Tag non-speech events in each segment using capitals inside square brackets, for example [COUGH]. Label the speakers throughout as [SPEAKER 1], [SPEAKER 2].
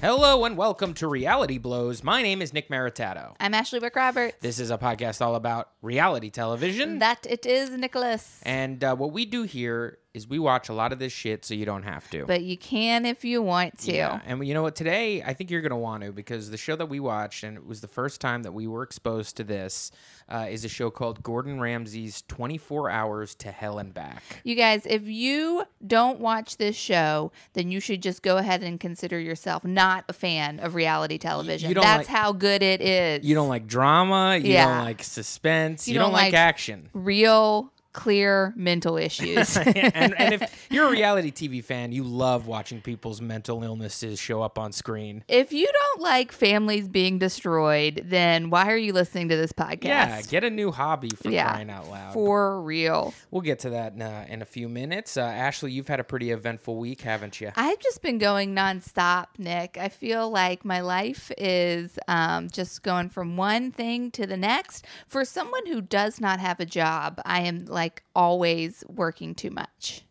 [SPEAKER 1] Hello and welcome to Reality Blows. My name is Nick Maritato.
[SPEAKER 2] I'm Ashley Wick Roberts.
[SPEAKER 1] This is a podcast all about reality television.
[SPEAKER 2] that it is Nicholas.
[SPEAKER 1] and uh, what we do here is we watch a lot of this shit so you don't have to.
[SPEAKER 2] But you can if you want to.
[SPEAKER 1] Yeah, And you know what? Today, I think you're going to want to because the show that we watched, and it was the first time that we were exposed to this, uh, is a show called Gordon Ramsay's 24 Hours to Hell and Back.
[SPEAKER 2] You guys, if you don't watch this show, then you should just go ahead and consider yourself not a fan of reality television.
[SPEAKER 1] you don't
[SPEAKER 2] That's
[SPEAKER 1] like-
[SPEAKER 2] how good it is.
[SPEAKER 1] You don't like drama. You
[SPEAKER 2] Yeah.
[SPEAKER 1] don't like suspense. You,
[SPEAKER 2] You
[SPEAKER 1] don't,
[SPEAKER 2] don't
[SPEAKER 1] like,
[SPEAKER 2] like-
[SPEAKER 1] action.
[SPEAKER 2] real clear
[SPEAKER 1] [LAUGHS]
[SPEAKER 2] mental issues.
[SPEAKER 1] and, and if you're a reality TV fan, you love watching people's mental illnesses show up on screen.
[SPEAKER 2] [LAUGHS] if you don't like families being destroyed, then why are you listening to this podcast?
[SPEAKER 1] Yeah, get a new hobby for
[SPEAKER 2] Yeah.
[SPEAKER 1] crying out loud.
[SPEAKER 2] For real.
[SPEAKER 1] we'll get to that in, uh, in a few minutes. Uh, Ashley, you've had a pretty eventful week, haven't you?
[SPEAKER 2] I've just been going nonstop, Nick. I feel like my life is um, just going from one thing to the next. For someone who does not have a job, I am like always working too much.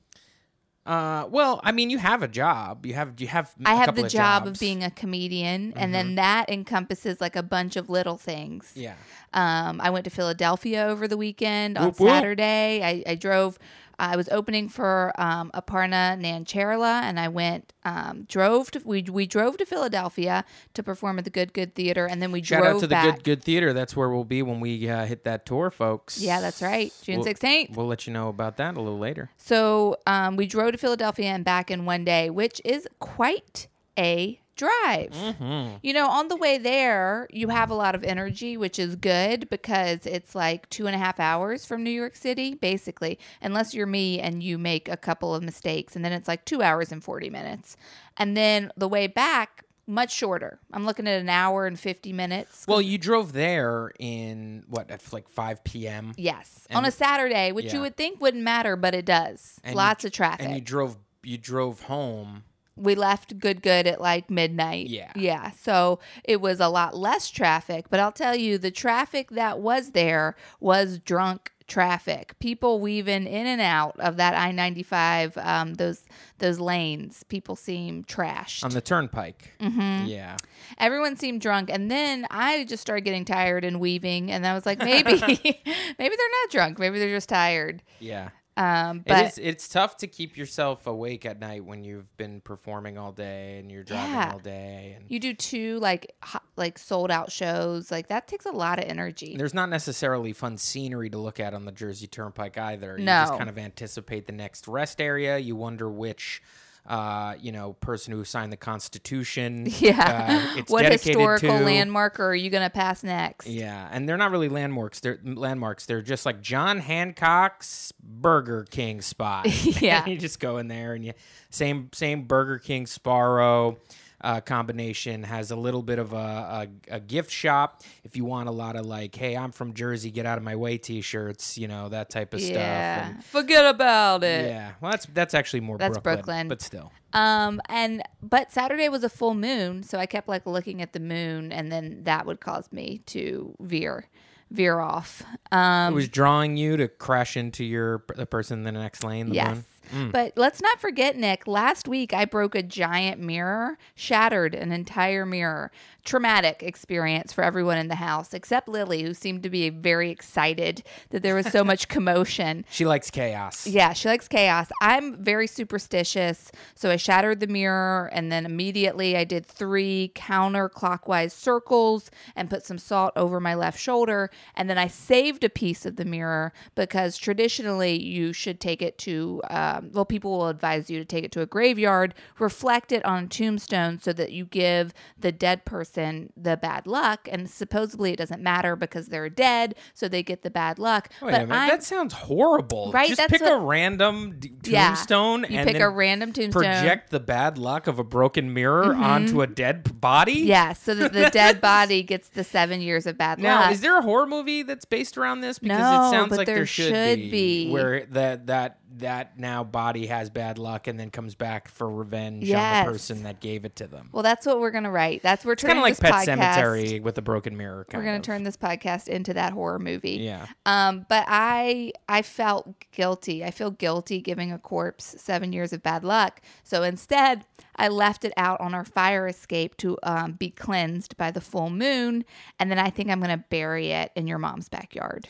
[SPEAKER 1] Uh, well, I mean, you have a job. You have you have.
[SPEAKER 2] I
[SPEAKER 1] a
[SPEAKER 2] have
[SPEAKER 1] couple
[SPEAKER 2] the
[SPEAKER 1] jobs.
[SPEAKER 2] job
[SPEAKER 1] Mm-hmm.
[SPEAKER 2] of being a comedian, and then that encompasses like a bunch of little things.
[SPEAKER 1] Yeah.
[SPEAKER 2] Um, I went to Philadelphia over the weekend on
[SPEAKER 1] Whoop, whoop.
[SPEAKER 2] Saturday. I, I drove. I was opening for um, Aparna Nancherla, and I went um, drove to we we drove to Philadelphia to perform at the Good Good Theater, and then we
[SPEAKER 1] Shout
[SPEAKER 2] drove
[SPEAKER 1] out to the
[SPEAKER 2] back.
[SPEAKER 1] Good Good Theater. That's where we'll be when we uh, hit that tour, folks.
[SPEAKER 2] Yeah, that's right, June
[SPEAKER 1] We'll-
[SPEAKER 2] sixteenth.
[SPEAKER 1] We'll let you know about that a little later.
[SPEAKER 2] So um, we drove to Philadelphia and back in one day, which is quite a drive.
[SPEAKER 1] Mm-hmm.
[SPEAKER 2] You know, on the way there, you have a lot of energy, which is good because it's like two and a half hours from New York City, basically, unless you're me and you make a couple of mistakes. And then it's like two hours and 40 minutes. And then the way back, much shorter. I'm looking at an hour and 50 minutes.
[SPEAKER 1] Well, you drove there in what at like 5 p.m.
[SPEAKER 2] Yes, on a Saturday, which
[SPEAKER 1] yeah.
[SPEAKER 2] you would think wouldn't matter, but it does.
[SPEAKER 1] And you-
[SPEAKER 2] Lots of traffic.
[SPEAKER 1] and you drove you drove home.
[SPEAKER 2] we left good good at like midnight
[SPEAKER 1] Yeah.
[SPEAKER 2] yeah so it was a lot less traffic but i'll tell you the traffic that was there was drunk traffic people weaving in and out of that i-95 um, those those lanes people seem trashed
[SPEAKER 1] on the turnpike. Mm-hmm. Yeah.
[SPEAKER 2] everyone seemed drunk and then i just started getting tired and weaving and i was
[SPEAKER 1] [LAUGHS]
[SPEAKER 2] like maybe [LAUGHS] maybe they're not drunk maybe they're just tired
[SPEAKER 1] Yeah.
[SPEAKER 2] um,
[SPEAKER 1] it
[SPEAKER 2] but
[SPEAKER 1] is it's tough to keep yourself awake at night when you've been performing all day and you're driving
[SPEAKER 2] Yeah.
[SPEAKER 1] all day and
[SPEAKER 2] you do two like ho- like sold out shows like that takes a lot of energy
[SPEAKER 1] there's not necessarily fun scenery to look at on the Jersey Turnpike either. You
[SPEAKER 2] No.
[SPEAKER 1] just kind of anticipate the next rest area. You wonder which uh, you know, person who signed the
[SPEAKER 2] [LAUGHS]
[SPEAKER 1] Constitution.
[SPEAKER 2] Yeah.
[SPEAKER 1] uh, it's
[SPEAKER 2] what
[SPEAKER 1] dedicated
[SPEAKER 2] historical
[SPEAKER 1] to.
[SPEAKER 2] landmark are you going to pass next?
[SPEAKER 1] Yeah, and they're not really landmarks. They're landmarks. They're just like John Hancock's Burger King spot.
[SPEAKER 2] [LAUGHS] Yeah.
[SPEAKER 1] you just go in there and you same same Burger King Sparrow uh, combination has a little bit of a, a a gift shop if you want a lot of like, hey, I'm from Jersey, get out of my way T-shirts, you know that type of
[SPEAKER 2] Yeah.
[SPEAKER 1] stuff. And,
[SPEAKER 2] Forget about it.
[SPEAKER 1] yeah, well, that's that's actually more
[SPEAKER 2] That's
[SPEAKER 1] Brooklyn,
[SPEAKER 2] Brooklyn.
[SPEAKER 1] but still,
[SPEAKER 2] Um and but Saturday was a full moon, so I kept like looking at the moon and then that would cause me to veer veer off. Um
[SPEAKER 1] it was drawing you to crash into your the person in the next lane. The Mm.
[SPEAKER 2] Yes.
[SPEAKER 1] one.
[SPEAKER 2] But let's not forget, Nick, last week I broke a giant mirror, shattered an entire mirror. Traumatic experience for everyone in the house, except Lily, who seemed to be very excited that there was
[SPEAKER 1] [LAUGHS]
[SPEAKER 2] so much commotion.
[SPEAKER 1] She likes chaos.
[SPEAKER 2] Yeah, she likes chaos. I'm very superstitious. So I shattered the mirror and then immediately I did three counterclockwise circles and put some salt over my left shoulder. And then I saved a piece of the mirror because traditionally you should take it to, um, well, people will advise you to take it to a graveyard, reflect it on a tombstone so that you give the dead person the bad luck. And supposedly it doesn't matter because they're dead. So they get the bad luck.
[SPEAKER 1] Wait a minute,
[SPEAKER 2] I'm-
[SPEAKER 1] Oh, that sounds horrible.
[SPEAKER 2] Right,
[SPEAKER 1] Just
[SPEAKER 2] that's
[SPEAKER 1] pick
[SPEAKER 2] what-
[SPEAKER 1] a random d-
[SPEAKER 2] Yeah.
[SPEAKER 1] tombstone
[SPEAKER 2] You
[SPEAKER 1] and
[SPEAKER 2] pick
[SPEAKER 1] then
[SPEAKER 2] a random tombstone.
[SPEAKER 1] project the bad luck of a broken mirror onto a dead p- body.
[SPEAKER 2] Yeah, so that the
[SPEAKER 1] [LAUGHS]
[SPEAKER 2] dead body gets the seven years of bad
[SPEAKER 1] Now,
[SPEAKER 2] luck.
[SPEAKER 1] is there a horror movie that's based around this? Because
[SPEAKER 2] No,
[SPEAKER 1] it sounds
[SPEAKER 2] but
[SPEAKER 1] like there,
[SPEAKER 2] there should be.
[SPEAKER 1] where that that that now body has bad luck and then comes back for revenge on
[SPEAKER 2] Yes.
[SPEAKER 1] the person that gave it to them.
[SPEAKER 2] Well, that's what we're gonna write. That's we're
[SPEAKER 1] It's kind
[SPEAKER 2] turning
[SPEAKER 1] of like
[SPEAKER 2] this
[SPEAKER 1] Pet
[SPEAKER 2] podcast.
[SPEAKER 1] Cemetery with a broken mirror. Kind
[SPEAKER 2] We're gonna
[SPEAKER 1] of.
[SPEAKER 2] turn this podcast into that horror movie.
[SPEAKER 1] Yeah.
[SPEAKER 2] Um, but I I felt guilty. I feel guilty giving a corpse seven years of bad luck. So instead, I left it out on our fire escape to um, be cleansed by the full moon, and then I think I'm gonna bury it in your mom's backyard.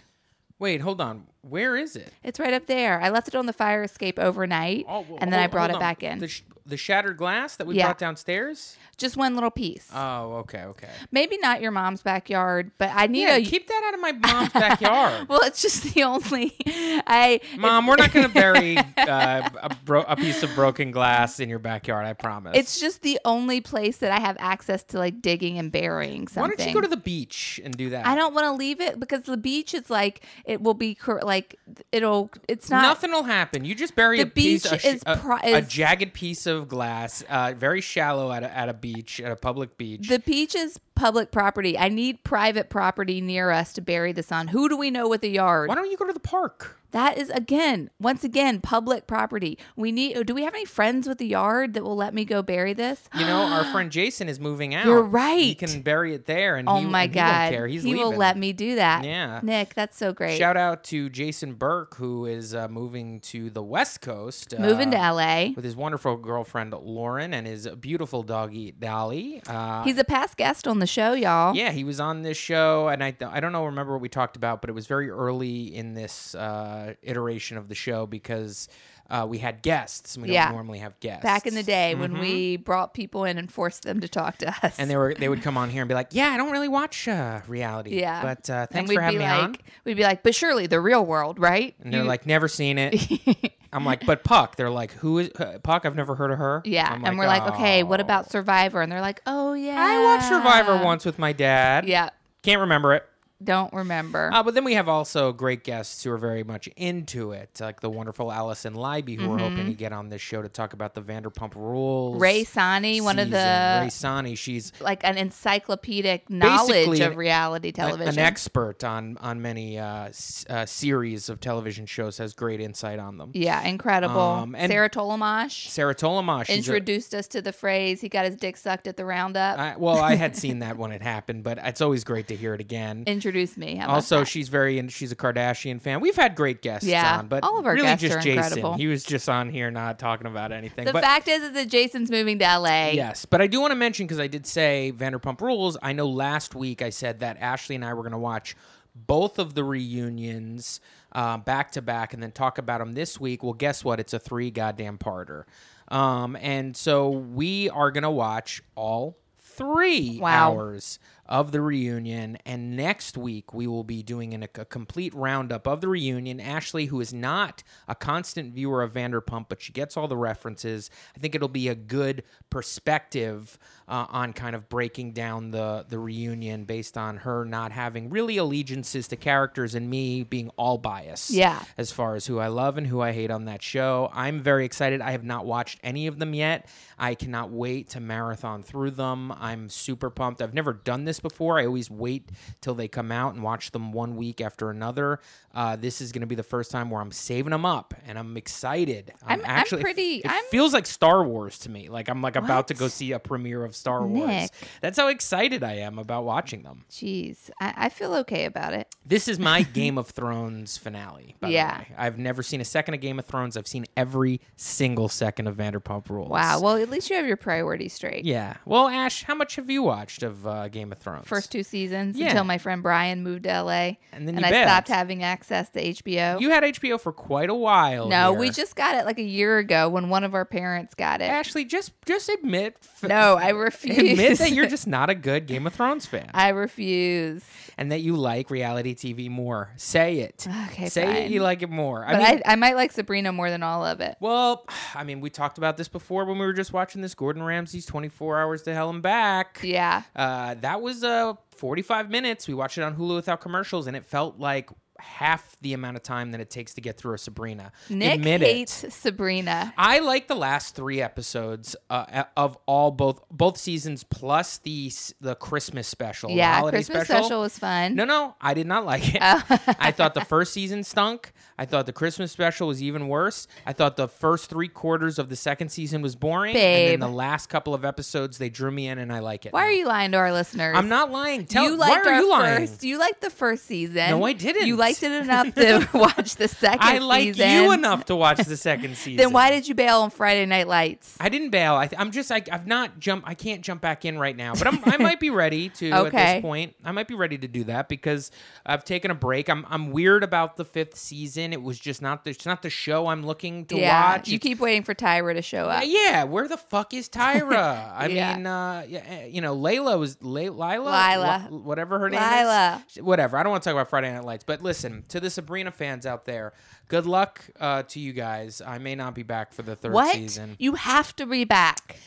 [SPEAKER 1] Wait, hold on. Where is it?
[SPEAKER 2] It's right up there. I left it on the fire escape overnight,
[SPEAKER 1] Oh, well,
[SPEAKER 2] and then I
[SPEAKER 1] hold-
[SPEAKER 2] brought
[SPEAKER 1] hold
[SPEAKER 2] it
[SPEAKER 1] on.
[SPEAKER 2] back in.
[SPEAKER 1] The, sh- the shattered glass that we
[SPEAKER 2] Yeah.
[SPEAKER 1] brought downstairs.
[SPEAKER 2] Just one little piece.
[SPEAKER 1] Oh, okay, okay.
[SPEAKER 2] Maybe not your mom's backyard, but I need
[SPEAKER 1] Yeah,
[SPEAKER 2] a.
[SPEAKER 1] keep that out of my mom's backyard.
[SPEAKER 2] [LAUGHS] well, it's just the only [LAUGHS] I.
[SPEAKER 1] Mom, we're not going to
[SPEAKER 2] [LAUGHS]
[SPEAKER 1] bury uh, a, bro- a piece of broken glass in your backyard. I promise.
[SPEAKER 2] It's just the only place that I have access to like digging and burying something.
[SPEAKER 1] why don't you go to the beach and do that?
[SPEAKER 2] I don't want to leave it because the beach is like it will be cor- like it'll it's not
[SPEAKER 1] Nothing will happen. You just bury
[SPEAKER 2] The
[SPEAKER 1] a piece,
[SPEAKER 2] beach
[SPEAKER 1] a, sh-
[SPEAKER 2] is
[SPEAKER 1] a,
[SPEAKER 2] pri-
[SPEAKER 1] a
[SPEAKER 2] is-
[SPEAKER 1] jagged piece of glass, uh, very shallow at a, at a beach, at a public beach.
[SPEAKER 2] the beach is public property. I need private property near us to bury this on. Who do we know with a yard?
[SPEAKER 1] why don't you go to the park?
[SPEAKER 2] That is again, once again, public property. We need do we have any friends with a yard that will let me go bury this?
[SPEAKER 1] You know, our
[SPEAKER 2] [GASPS]
[SPEAKER 1] friend Jason is moving out.
[SPEAKER 2] You're
[SPEAKER 1] He
[SPEAKER 2] right.
[SPEAKER 1] can bury it there, and
[SPEAKER 2] Oh
[SPEAKER 1] he,
[SPEAKER 2] my
[SPEAKER 1] and he
[SPEAKER 2] god.
[SPEAKER 1] won't care. He's
[SPEAKER 2] he will
[SPEAKER 1] leaving.
[SPEAKER 2] let me do that.
[SPEAKER 1] Yeah.
[SPEAKER 2] Nick, that's so great.
[SPEAKER 1] Shout out to Jason Burke, who is uh, moving to the West Coast. Uh,
[SPEAKER 2] Moving to LA.
[SPEAKER 1] with his wonderful girlfriend Lauren and his beautiful doggy Dolly. Uh,
[SPEAKER 2] He's a past guest on the show, y'all.
[SPEAKER 1] yeah, he was on this show, and I I don't know remember what we talked about, but it was very early in this uh, iteration of the show because uh, we had guests. and We
[SPEAKER 2] Yeah.
[SPEAKER 1] don't normally have guests
[SPEAKER 2] Back in the day when we brought people in and forced them to talk to us.
[SPEAKER 1] Mm-hmm. and they were they would come on here and be like, "Yeah, I don't really watch uh, reality,
[SPEAKER 2] Yeah.
[SPEAKER 1] but uh,
[SPEAKER 2] And
[SPEAKER 1] thanks for having
[SPEAKER 2] be
[SPEAKER 1] me
[SPEAKER 2] like,
[SPEAKER 1] on."
[SPEAKER 2] we'd be like, but surely the real world, right?
[SPEAKER 1] And they're
[SPEAKER 2] You-
[SPEAKER 1] like, "Never seen
[SPEAKER 2] [LAUGHS]
[SPEAKER 1] it." I'm like, "But Puck," they're like, "Who is uh, Puck? I've never heard of her."
[SPEAKER 2] yeah.
[SPEAKER 1] I'm
[SPEAKER 2] and we're like, okay, what
[SPEAKER 1] "Oh."
[SPEAKER 2] about Survivor? And they're like, oh, yeah.
[SPEAKER 1] I watched Survivor once with my dad.
[SPEAKER 2] Yeah.
[SPEAKER 1] Can't remember it.
[SPEAKER 2] Don't remember.
[SPEAKER 1] Uh, but then we have also great guests who are very much into it, like the wonderful Allison Leiby, who we're hoping to get on this show to talk about the Vanderpump Rules.
[SPEAKER 2] Mm-hmm. Ray Sani, one of
[SPEAKER 1] season.
[SPEAKER 2] the,
[SPEAKER 1] Ray Sani, she's
[SPEAKER 2] like an encyclopedic knowledge
[SPEAKER 1] Basically
[SPEAKER 2] of
[SPEAKER 1] an-
[SPEAKER 2] reality
[SPEAKER 1] an-
[SPEAKER 2] television.
[SPEAKER 1] an expert on on many uh, s- uh, series of television shows, has great insight on them.
[SPEAKER 2] yeah, incredible.
[SPEAKER 1] Um, and-
[SPEAKER 2] Sarah Tolomash
[SPEAKER 1] Sarah Tolomash, she's a-
[SPEAKER 2] introduced us to the phrase, he got his dick sucked at the roundup.
[SPEAKER 1] I- well, I had seen that when it happened, but it's always great to hear it
[SPEAKER 2] [LAUGHS]
[SPEAKER 1] again.
[SPEAKER 2] Introduce me. How about
[SPEAKER 1] also,
[SPEAKER 2] that?
[SPEAKER 1] she's very in, she's a Kardashian fan. We've had great guests
[SPEAKER 2] Yeah,
[SPEAKER 1] on, but
[SPEAKER 2] all of our
[SPEAKER 1] really
[SPEAKER 2] guests
[SPEAKER 1] just
[SPEAKER 2] are
[SPEAKER 1] Jason.
[SPEAKER 2] incredible.
[SPEAKER 1] He was just on here not talking about anything.
[SPEAKER 2] The
[SPEAKER 1] but
[SPEAKER 2] fact is, is that Jason's moving to LA.
[SPEAKER 1] Yes, but I do want to mention because I did say Vanderpump Rules. I know last week I said that Ashley and I were going to watch both of the reunions uh, back to back and then talk about them this week. Well, guess what? It's a three goddamn parter, um, and so we are going to watch all three
[SPEAKER 2] Wow.
[SPEAKER 1] hours of the reunion and next week we will be doing an, a complete roundup of the reunion ashley who is not a constant viewer of vanderpump but she gets all the references i think it'll be a good perspective uh, on kind of breaking down the the reunion based on her not having really allegiances to characters and me being all biased
[SPEAKER 2] Yeah.
[SPEAKER 1] as far as who I love and who I hate on that show. I'm very excited. I have not watched any of them yet. I cannot wait to marathon through them. I'm super pumped. I've never done this before. I always wait till they come out and watch them one week after another. Uh, this is going to be the first time where I'm saving them up, and I'm excited.
[SPEAKER 2] I'm- I'm pretty-
[SPEAKER 1] It,
[SPEAKER 2] I'm-
[SPEAKER 1] feels like Star Wars to me. Like I'm like about to
[SPEAKER 2] What?
[SPEAKER 1] go see a premiere of Star Wars.
[SPEAKER 2] Nick.
[SPEAKER 1] That's how excited I am about watching them.
[SPEAKER 2] Jeez, I, I feel okay about it.
[SPEAKER 1] This is my Game of Thrones finale. By
[SPEAKER 2] Yeah.
[SPEAKER 1] the way. I've never seen a second of Game of Thrones. I've seen every single second of Vanderpump Rules.
[SPEAKER 2] Wow. Well, at least you have your priorities straight.
[SPEAKER 1] Yeah. Well, Ash, how much have you watched of uh, Game of Thrones?
[SPEAKER 2] First two seasons
[SPEAKER 1] Yeah.
[SPEAKER 2] until my friend Brian moved to LA,
[SPEAKER 1] And then you
[SPEAKER 2] I
[SPEAKER 1] bailed.
[SPEAKER 2] stopped having access to HBO.
[SPEAKER 1] you had HBO for quite a while.
[SPEAKER 2] no,
[SPEAKER 1] here.
[SPEAKER 2] we just got it like a year ago when one of our parents got it.
[SPEAKER 1] Ashley, just just admit. f-
[SPEAKER 2] No, I refuse.
[SPEAKER 1] [LAUGHS] Admit that
[SPEAKER 2] [LAUGHS]
[SPEAKER 1] you're just not a good Game of Thrones fan,
[SPEAKER 2] I refuse.
[SPEAKER 1] and that you like reality TV more. Say it.
[SPEAKER 2] [SIGHS] Okay,
[SPEAKER 1] Say it.
[SPEAKER 2] fine.
[SPEAKER 1] You like it more. I
[SPEAKER 2] But
[SPEAKER 1] mean,
[SPEAKER 2] I, I might like Sabrina more than all of it.
[SPEAKER 1] well, [SIGHS] I mean, we talked about this before when we were just watching this Gordon Ramsay's 24 Hours to Hell and Back.
[SPEAKER 2] Yeah.
[SPEAKER 1] Uh, that was uh, 45 minutes. We watched it on Hulu without commercials, and it felt like half the amount of time that it takes to get through a Sabrina.
[SPEAKER 2] Nick
[SPEAKER 1] Admit it.
[SPEAKER 2] hates Sabrina.
[SPEAKER 1] I like the last three episodes uh, of all both both seasons plus the s- the Christmas special. the
[SPEAKER 2] Yeah,
[SPEAKER 1] holiday
[SPEAKER 2] Christmas
[SPEAKER 1] special.
[SPEAKER 2] special, Oh. was fun.
[SPEAKER 1] No, no, I did not like it.
[SPEAKER 2] [LAUGHS]
[SPEAKER 1] I thought the first season stunk. I thought the Christmas special was even worse. I thought the first three quarters of the second season was boring.
[SPEAKER 2] Babe.
[SPEAKER 1] And then the last couple of episodes, they drew me in, and I like it.
[SPEAKER 2] Why
[SPEAKER 1] now.
[SPEAKER 2] are you lying to our listeners?
[SPEAKER 1] I'm not lying. Tell
[SPEAKER 2] you liked
[SPEAKER 1] why are
[SPEAKER 2] our
[SPEAKER 1] you lying?
[SPEAKER 2] first. You liked the first season.
[SPEAKER 1] No, I didn't.
[SPEAKER 2] You liked it enough
[SPEAKER 1] [LAUGHS]
[SPEAKER 2] to [LAUGHS] watch the second.
[SPEAKER 1] I like
[SPEAKER 2] season.
[SPEAKER 1] you enough to watch the
[SPEAKER 2] [LAUGHS]
[SPEAKER 1] second season.
[SPEAKER 2] Then why did you bail on Friday Night Lights?
[SPEAKER 1] I didn't bail. I, I'm just I, I've not jump. I can't jump back in right now, but I'm, I might be ready to at
[SPEAKER 2] Okay.
[SPEAKER 1] this point. I might be ready to do that because I've taken a break. I'm I'm weird about the fifth season. It was just not the it's not the show I'm looking to
[SPEAKER 2] yeah,
[SPEAKER 1] watch.
[SPEAKER 2] you
[SPEAKER 1] It's-
[SPEAKER 2] keep waiting for Tyra to show up.
[SPEAKER 1] Uh, yeah. Where the fuck is
[SPEAKER 2] [LAUGHS]
[SPEAKER 1] Tyra? I
[SPEAKER 2] Yeah.
[SPEAKER 1] mean, uh, yeah, eh, you know, Layla was Lay- Lila,
[SPEAKER 2] Lila.
[SPEAKER 1] Li- whatever her name
[SPEAKER 2] Lila.
[SPEAKER 1] is. Sh- Whatever. I don't want to talk about Friday Night Lights, but listen to the Sabrina fans out there. Good luck uh, to you guys. I may not be back for the third
[SPEAKER 2] What?
[SPEAKER 1] season.
[SPEAKER 2] You have to be back.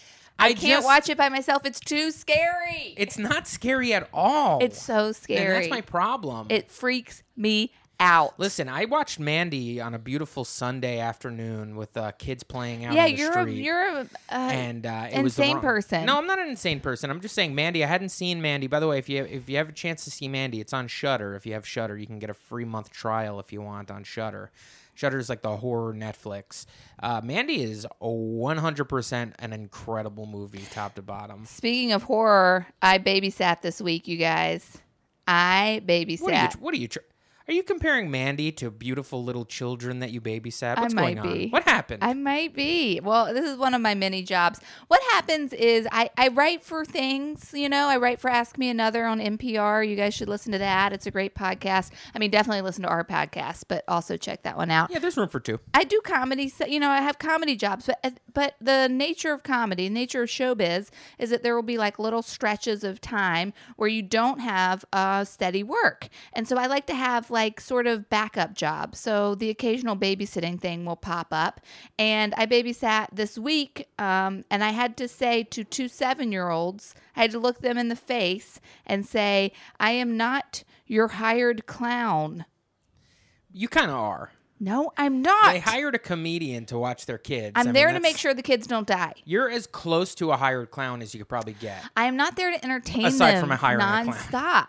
[SPEAKER 1] I,
[SPEAKER 2] Can't
[SPEAKER 1] just-
[SPEAKER 2] watch it by myself. It's too scary.
[SPEAKER 1] It's not scary at all.
[SPEAKER 2] It's so
[SPEAKER 1] and
[SPEAKER 2] scary.
[SPEAKER 1] that's my problem.
[SPEAKER 2] it freaks me out.
[SPEAKER 1] Listen, I watched Mandy on a beautiful Sunday afternoon with uh, kids playing out.
[SPEAKER 2] yeah,
[SPEAKER 1] on the
[SPEAKER 2] you're a,
[SPEAKER 1] street.
[SPEAKER 2] you're a, uh,
[SPEAKER 1] and uh, it was the
[SPEAKER 2] insane
[SPEAKER 1] wrong-
[SPEAKER 2] person.
[SPEAKER 1] No, I'm not an insane person. I'm just saying, Mandy. I hadn't seen Mandy. By the way, if you if you have a chance to see Mandy, it's on Shutter. If you have Shutter, you can get a free month trial if you want on Shutter. Shutter is like the horror Netflix. Uh, Mandy is 100 percent an incredible movie, top to bottom.
[SPEAKER 2] Speaking of horror, I babysat this week, you guys. I babysat.
[SPEAKER 1] What are you? What are you? Tr- are you comparing Mandy to beautiful little children that you babysat?
[SPEAKER 2] I
[SPEAKER 1] What's going
[SPEAKER 2] might be.
[SPEAKER 1] on? What happened?
[SPEAKER 2] I might be. Well, this is one of my many jobs. What happens is I, I write for things, you know, I write for Ask Me Another on NPR. You guys should listen to that. It's a great podcast. I mean, definitely listen to our podcast, but also check that one out.
[SPEAKER 1] yeah, there's room for two.
[SPEAKER 2] I do comedy, so- you know, I have comedy jobs, but but the nature of comedy, the nature of showbiz is that there will be like little stretches of time where you don't have uh, steady work. And so I like to have like sort of backup jobs. So the occasional babysitting thing will pop up. And I babysat this week um, and I had to say to two seven year olds, I had to look them in the face and say, I am not your hired clown.
[SPEAKER 1] You kind of are.
[SPEAKER 2] No, I'm not.
[SPEAKER 1] They hired a comedian to watch their kids.
[SPEAKER 2] I'm
[SPEAKER 1] I mean,
[SPEAKER 2] there to
[SPEAKER 1] that's-
[SPEAKER 2] make sure the kids don't die.
[SPEAKER 1] You're as close to a hired clown as you could probably get.
[SPEAKER 2] I am not there to entertain
[SPEAKER 1] Aside
[SPEAKER 2] them
[SPEAKER 1] from a hiring a clown.
[SPEAKER 2] nonstop.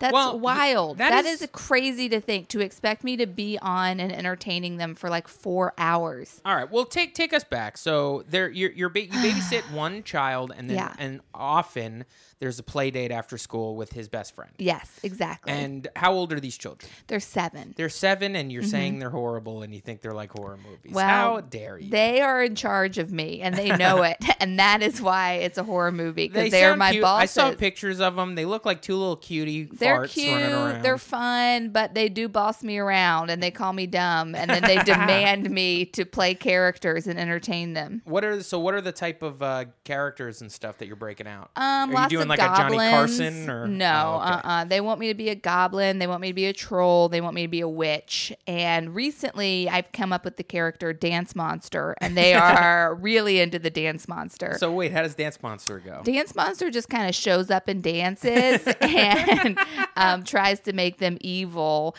[SPEAKER 2] That's
[SPEAKER 1] Well, th-
[SPEAKER 2] wild.
[SPEAKER 1] that
[SPEAKER 2] that
[SPEAKER 1] is-
[SPEAKER 2] is, crazy to think to expect me to be on and entertaining them for like four hours.
[SPEAKER 1] All right, well, take take us back. So there, you're, you're ba- you [SIGHS] babysit one child, and then
[SPEAKER 2] Yeah.
[SPEAKER 1] and often there's a play date after school with his best friend.
[SPEAKER 2] Yes, exactly.
[SPEAKER 1] And how old are these children?
[SPEAKER 2] They're seven.
[SPEAKER 1] They're seven, and you're saying they're horrible, and you think they're like horror movies.
[SPEAKER 2] Mm-hmm. Well,
[SPEAKER 1] how dare you?
[SPEAKER 2] They are in charge of me, and they
[SPEAKER 1] [LAUGHS]
[SPEAKER 2] know it, and that is why it's a horror movie because they are
[SPEAKER 1] sound
[SPEAKER 2] my
[SPEAKER 1] cute.
[SPEAKER 2] bosses.
[SPEAKER 1] I saw pictures of them. They look like two little cutie
[SPEAKER 2] They're
[SPEAKER 1] farts running
[SPEAKER 2] cute.
[SPEAKER 1] around.
[SPEAKER 2] They're fun, but they do boss me around and they call me dumb and
[SPEAKER 1] [LAUGHS]
[SPEAKER 2] then they demand me to play characters and entertain them.
[SPEAKER 1] what are so? What are the type of uh, characters and stuff that you're breaking out?
[SPEAKER 2] Um,
[SPEAKER 1] are you
[SPEAKER 2] lots
[SPEAKER 1] doing
[SPEAKER 2] of
[SPEAKER 1] like
[SPEAKER 2] goblins.
[SPEAKER 1] a Johnny Carson or
[SPEAKER 2] no?
[SPEAKER 1] Oh, okay.
[SPEAKER 2] Uh, uh They want me to be a goblin. They want me to be a troll. They want me to be a witch. And recently, I've come up with the character Dance Monster,
[SPEAKER 1] [LAUGHS]
[SPEAKER 2] and they are really into the Dance Monster.
[SPEAKER 1] So wait, how does Dance Monster go?
[SPEAKER 2] Dance Monster just kind of shows up and dances
[SPEAKER 1] [LAUGHS]
[SPEAKER 2] and um, tries to make them evil,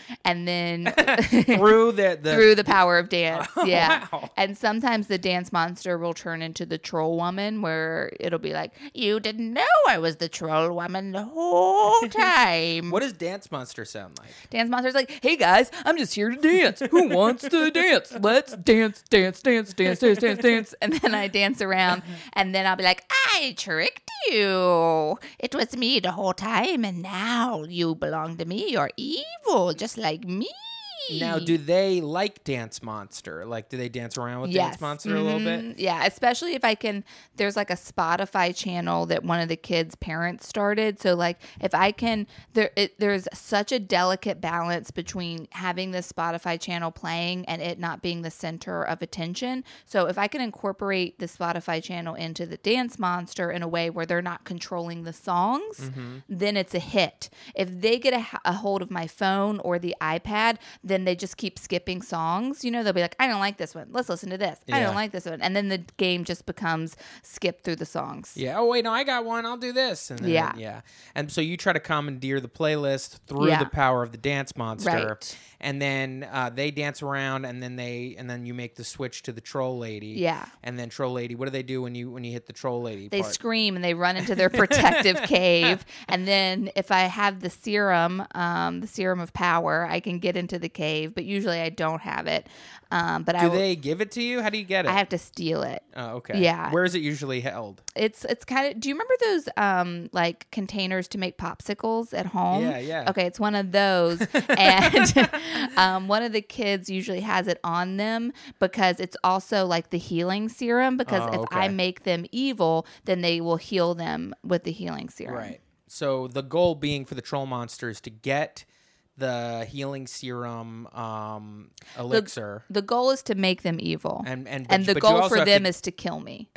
[SPEAKER 1] [LAUGHS]
[SPEAKER 2] and then
[SPEAKER 1] through the, the
[SPEAKER 2] through the power
[SPEAKER 1] [LAUGHS]
[SPEAKER 2] of dance. Yeah.
[SPEAKER 1] wow.
[SPEAKER 2] And sometimes the dance monster will turn into the troll woman where it'll be like, You didn't know I was the troll woman
[SPEAKER 1] [LAUGHS]
[SPEAKER 2] the whole time.
[SPEAKER 1] what does Dance Monster sound like?
[SPEAKER 2] Dance monster's like, Hey guys, I'm just here to dance. Who wants to dance? Let's dance, dance, dance, dance, dance, dance, dance. And then I dance around and then I'll be like, I tricked you. It was me the whole time and now you belong to me. You're evil, just like me.
[SPEAKER 1] Now,
[SPEAKER 2] E.
[SPEAKER 1] do they like Dance Monster? Like, do they dance around with Dance Monster a little bit?
[SPEAKER 2] Mhm. Yeah, especially if I can. There's like a Spotify channel that one of the kids' parents started. So like, if I can, there it, there's such a delicate balance between having this Spotify channel playing and it not being the center of attention. So if I can incorporate the Spotify channel into the Dance Monster in a way where they're not controlling the songs, then it's a hit. If they get a, a hold of my phone or the iPad, then then they just keep skipping songs. You know, they'll be like, I don't like this one. Let's listen to this. I
[SPEAKER 1] Yeah.
[SPEAKER 2] don't like this one. And then the game just becomes skip through the songs.
[SPEAKER 1] Yeah. Oh wait, no, I got one. I'll do this. And then, yeah,
[SPEAKER 2] Yeah.
[SPEAKER 1] And so you try to commandeer the playlist through
[SPEAKER 2] Yeah.
[SPEAKER 1] the power of the dance monster,
[SPEAKER 2] Right.
[SPEAKER 1] and then uh, they dance around, and then they and then you make the switch to the troll lady.
[SPEAKER 2] Yeah.
[SPEAKER 1] And then troll lady, what do they do when you when you hit the troll lady?
[SPEAKER 2] They
[SPEAKER 1] part?
[SPEAKER 2] scream and they
[SPEAKER 1] [LAUGHS]
[SPEAKER 2] run into their protective cave. And then, if I have the serum, um, the serum of power, I can get into the cave. But usually, I don't have it. Um, but I,
[SPEAKER 1] do
[SPEAKER 2] will-
[SPEAKER 1] they give it to you? How do you get it?
[SPEAKER 2] I have to steal it.
[SPEAKER 1] oh, okay.
[SPEAKER 2] yeah.
[SPEAKER 1] Where is it usually held?
[SPEAKER 2] It's it's kind of. Do you remember those um like containers to make popsicles at home?
[SPEAKER 1] Yeah, yeah.
[SPEAKER 2] Okay, it's one
[SPEAKER 1] [LAUGHS]
[SPEAKER 2] of those, and um, one of the kids usually has it on them because it's also like the healing serum. Because
[SPEAKER 1] Oh,
[SPEAKER 2] if I
[SPEAKER 1] okay.
[SPEAKER 2] make them evil, then they will heal them with the healing serum.
[SPEAKER 1] Right. So the goal being for the troll monster is to get the healing serum um, elixir.
[SPEAKER 2] The goal is to make them evil, and,
[SPEAKER 1] and and, but
[SPEAKER 2] the
[SPEAKER 1] you
[SPEAKER 2] goal
[SPEAKER 1] also
[SPEAKER 2] for
[SPEAKER 1] have to
[SPEAKER 2] them is to kill me.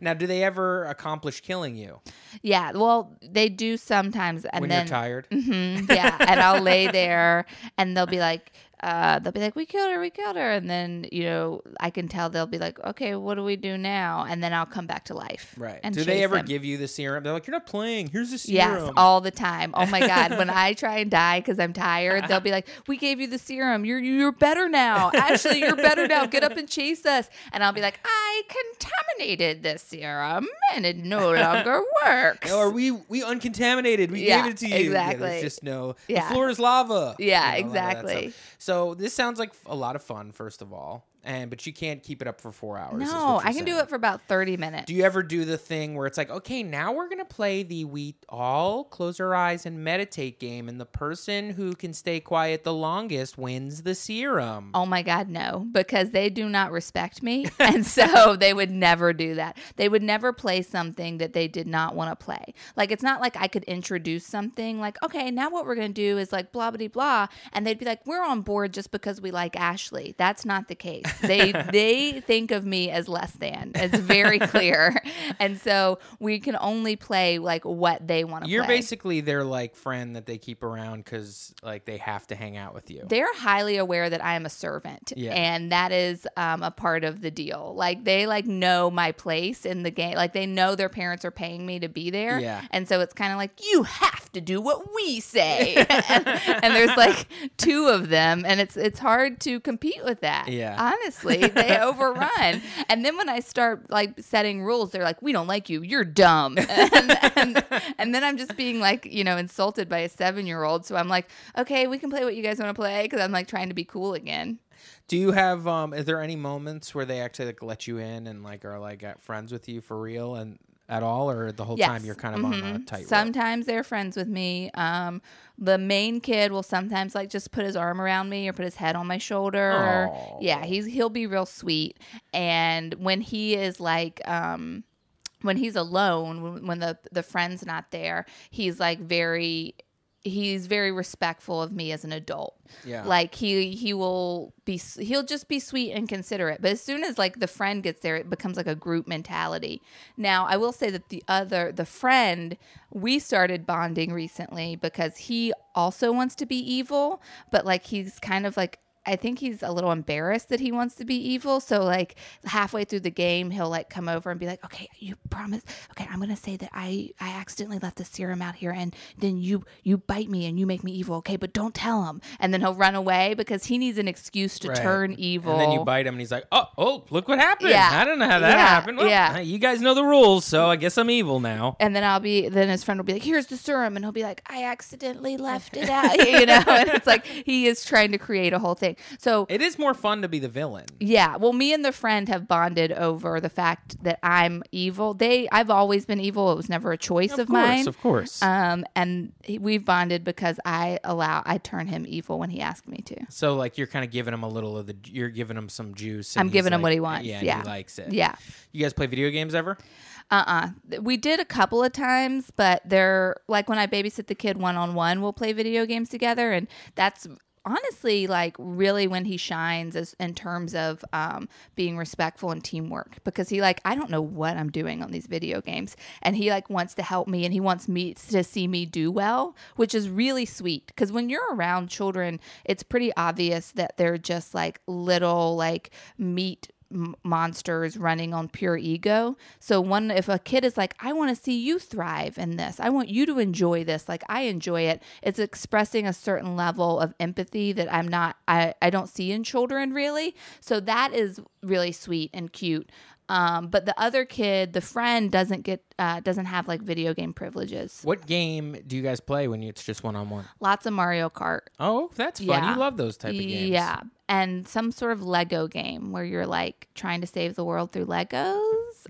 [SPEAKER 1] Now, do they ever accomplish killing you
[SPEAKER 2] yeah, well, they do sometimes, and
[SPEAKER 1] when
[SPEAKER 2] then
[SPEAKER 1] you're
[SPEAKER 2] [LAUGHS]
[SPEAKER 1] tired?
[SPEAKER 2] Mhm, yeah, and I'll lay there, and they'll be like, uh, they'll be like, "We killed her, we killed her," and then you know I can tell they'll be like, "Okay, what do we do now?" And then I'll come back to life.
[SPEAKER 1] Right.
[SPEAKER 2] And
[SPEAKER 1] do they
[SPEAKER 2] chase
[SPEAKER 1] ever
[SPEAKER 2] them.
[SPEAKER 1] give you the serum? They're like, you're not playing. Here's the
[SPEAKER 2] Yes,
[SPEAKER 1] serum.
[SPEAKER 2] all the time. Oh my god,
[SPEAKER 1] [LAUGHS]
[SPEAKER 2] when I try and die because I'm tired, they'll be like, "We gave you the serum. You're you're better now. Actually, you're better now. Get up and chase us." And I'll be like, "I contaminated this serum, and it
[SPEAKER 1] [LAUGHS]
[SPEAKER 2] no longer works."
[SPEAKER 1] or we we uncontaminated. We
[SPEAKER 2] Yeah,
[SPEAKER 1] gave it to you. Yeah,
[SPEAKER 2] exactly.
[SPEAKER 1] there's just no.
[SPEAKER 2] Yeah.
[SPEAKER 1] The floor is lava.
[SPEAKER 2] Yeah,
[SPEAKER 1] You know, a lot of that
[SPEAKER 2] exactly.
[SPEAKER 1] stuff. So this sounds like a lot of fun, first of all, and but you can't keep it up for four hours. is
[SPEAKER 2] no,
[SPEAKER 1] what you're
[SPEAKER 2] I can do
[SPEAKER 1] saying.
[SPEAKER 2] it for about thirty minutes.
[SPEAKER 1] Do you ever do the thing where it's like, okay, now we're gonna play the we all close our eyes and meditate game, and the person who can stay quiet the longest wins the serum?
[SPEAKER 2] Oh my God, no, because they do not respect me. [LAUGHS] And so they would never do that. They would never play something that they did not want to play. Like, it's not like I could introduce something like, okay, now what we're going to do is like blah, blah, blah. And they'd be like, we're on board just because we like Ashley. That's not the case. They, they think of me as less than. It's very clear. And so we can only play like what they want to play.
[SPEAKER 1] You're basically their like friend that they keep around because like they have to hang out with you.
[SPEAKER 2] they're highly aware that I am a servant,
[SPEAKER 1] Yeah.
[SPEAKER 2] and that is um, a part of the deal. Like they like know my place in the game. Like they know their parents are paying me to be there,
[SPEAKER 1] Yeah.
[SPEAKER 2] And so it's kind of like you have to do what
[SPEAKER 1] [LAUGHS]
[SPEAKER 2] we say. [LAUGHS] and, and there's like two of them, and it's it's hard to compete with that.
[SPEAKER 1] Yeah.
[SPEAKER 2] honestly, they overrun. And then when I start like setting rules, they're like, "We don't like you. You're dumb." [LAUGHS] And, and, and then I'm just being like, you know, insulted by a seven year old. So I'm like, okay, we can play what you guys want to play because I'm like trying to be cool again.
[SPEAKER 1] Do you have um? Is there any moments where they actually like let you in and like are like at friends with you for real and at all, or the whole
[SPEAKER 2] Yes. Mm-hmm.
[SPEAKER 1] time you're kind of on a tightrope?
[SPEAKER 2] Sometimes they're friends with me. Um, the main kid will sometimes like just put his arm around me or put his head on my shoulder.
[SPEAKER 1] Aw.
[SPEAKER 2] Yeah, he's he'll be real sweet. And when he is like um when he's alone, when- when the the friend's not there, he's like very he's very respectful of me as an adult.
[SPEAKER 1] Yeah.
[SPEAKER 2] Like he he will be s- he'll just be sweet and considerate. But as soon as like the friend gets there, it becomes like a group mentality. Now, I will say that the other the friend we started bonding recently because he also wants to be evil, but like he's kind of like I think he's a little embarrassed that he wants to be evil. So like halfway through the game, he'll like come over and be like, "Okay, you promise. Okay, I'm gonna say that I I accidentally left the serum out here, and then you you bite me and you make me evil. Okay, but don't tell him." And then he'll run away because he needs an excuse to
[SPEAKER 1] Right.
[SPEAKER 2] turn evil.
[SPEAKER 1] And then you bite him, and he's like, "Oh, oh, look what happened!
[SPEAKER 2] Yeah.
[SPEAKER 1] I don't know how that
[SPEAKER 2] Yeah,
[SPEAKER 1] happened. Well,
[SPEAKER 2] yeah.
[SPEAKER 1] you guys know the rules, so I guess I'm evil now."
[SPEAKER 2] and then I'll be then his friend will be like, "Here's the serum," and he'll be like, "I accidentally left it out,"
[SPEAKER 1] [LAUGHS]
[SPEAKER 2] [LAUGHS] you know. And it's like he is trying to create a whole thing. So
[SPEAKER 1] It is more fun to be the villain.
[SPEAKER 2] Yeah, well, me and the friend have bonded over the fact that I'm evil. They, I've always been evil. It was never a choice of,
[SPEAKER 1] Of course,
[SPEAKER 2] mine.
[SPEAKER 1] of course.
[SPEAKER 2] Um, and he- we've bonded because I allow, I turn him evil when he asked me to.
[SPEAKER 1] so like you're kind of giving him a little of the, you're giving him some juice. And
[SPEAKER 2] I'm
[SPEAKER 1] he's
[SPEAKER 2] giving him
[SPEAKER 1] like-
[SPEAKER 2] what he wants.
[SPEAKER 1] Yeah,
[SPEAKER 2] Yeah,
[SPEAKER 1] and he likes it.
[SPEAKER 2] Yeah.
[SPEAKER 1] You guys play video games ever?
[SPEAKER 2] Uh uh We did a couple of times, but they're like when I babysit the kid one on one, we'll play video games together. And that's honestly like really when he shines is in terms of um, being respectful and teamwork because he like I don't know what I'm doing on these video games and he like wants to help me and he wants me to see me do well which is really sweet because when you're around children it's pretty obvious that they're just like little like meat m- monsters running on pure ego. So one if a kid is like I want to see you thrive in this. I want you to enjoy this like I enjoy it. It's expressing a certain level of empathy that I'm not I I don't see in children really. So that is really sweet and cute. Um, but the other kid, the friend doesn't get uh, doesn't have like video game privileges.
[SPEAKER 1] What game do you guys play when it's just one on one?
[SPEAKER 2] Lots of Mario Kart.
[SPEAKER 1] Oh, that's fun.
[SPEAKER 2] Yeah.
[SPEAKER 1] You love those type of games.
[SPEAKER 2] Yeah. And some sort of Lego game where you're like trying to save the world through Legos.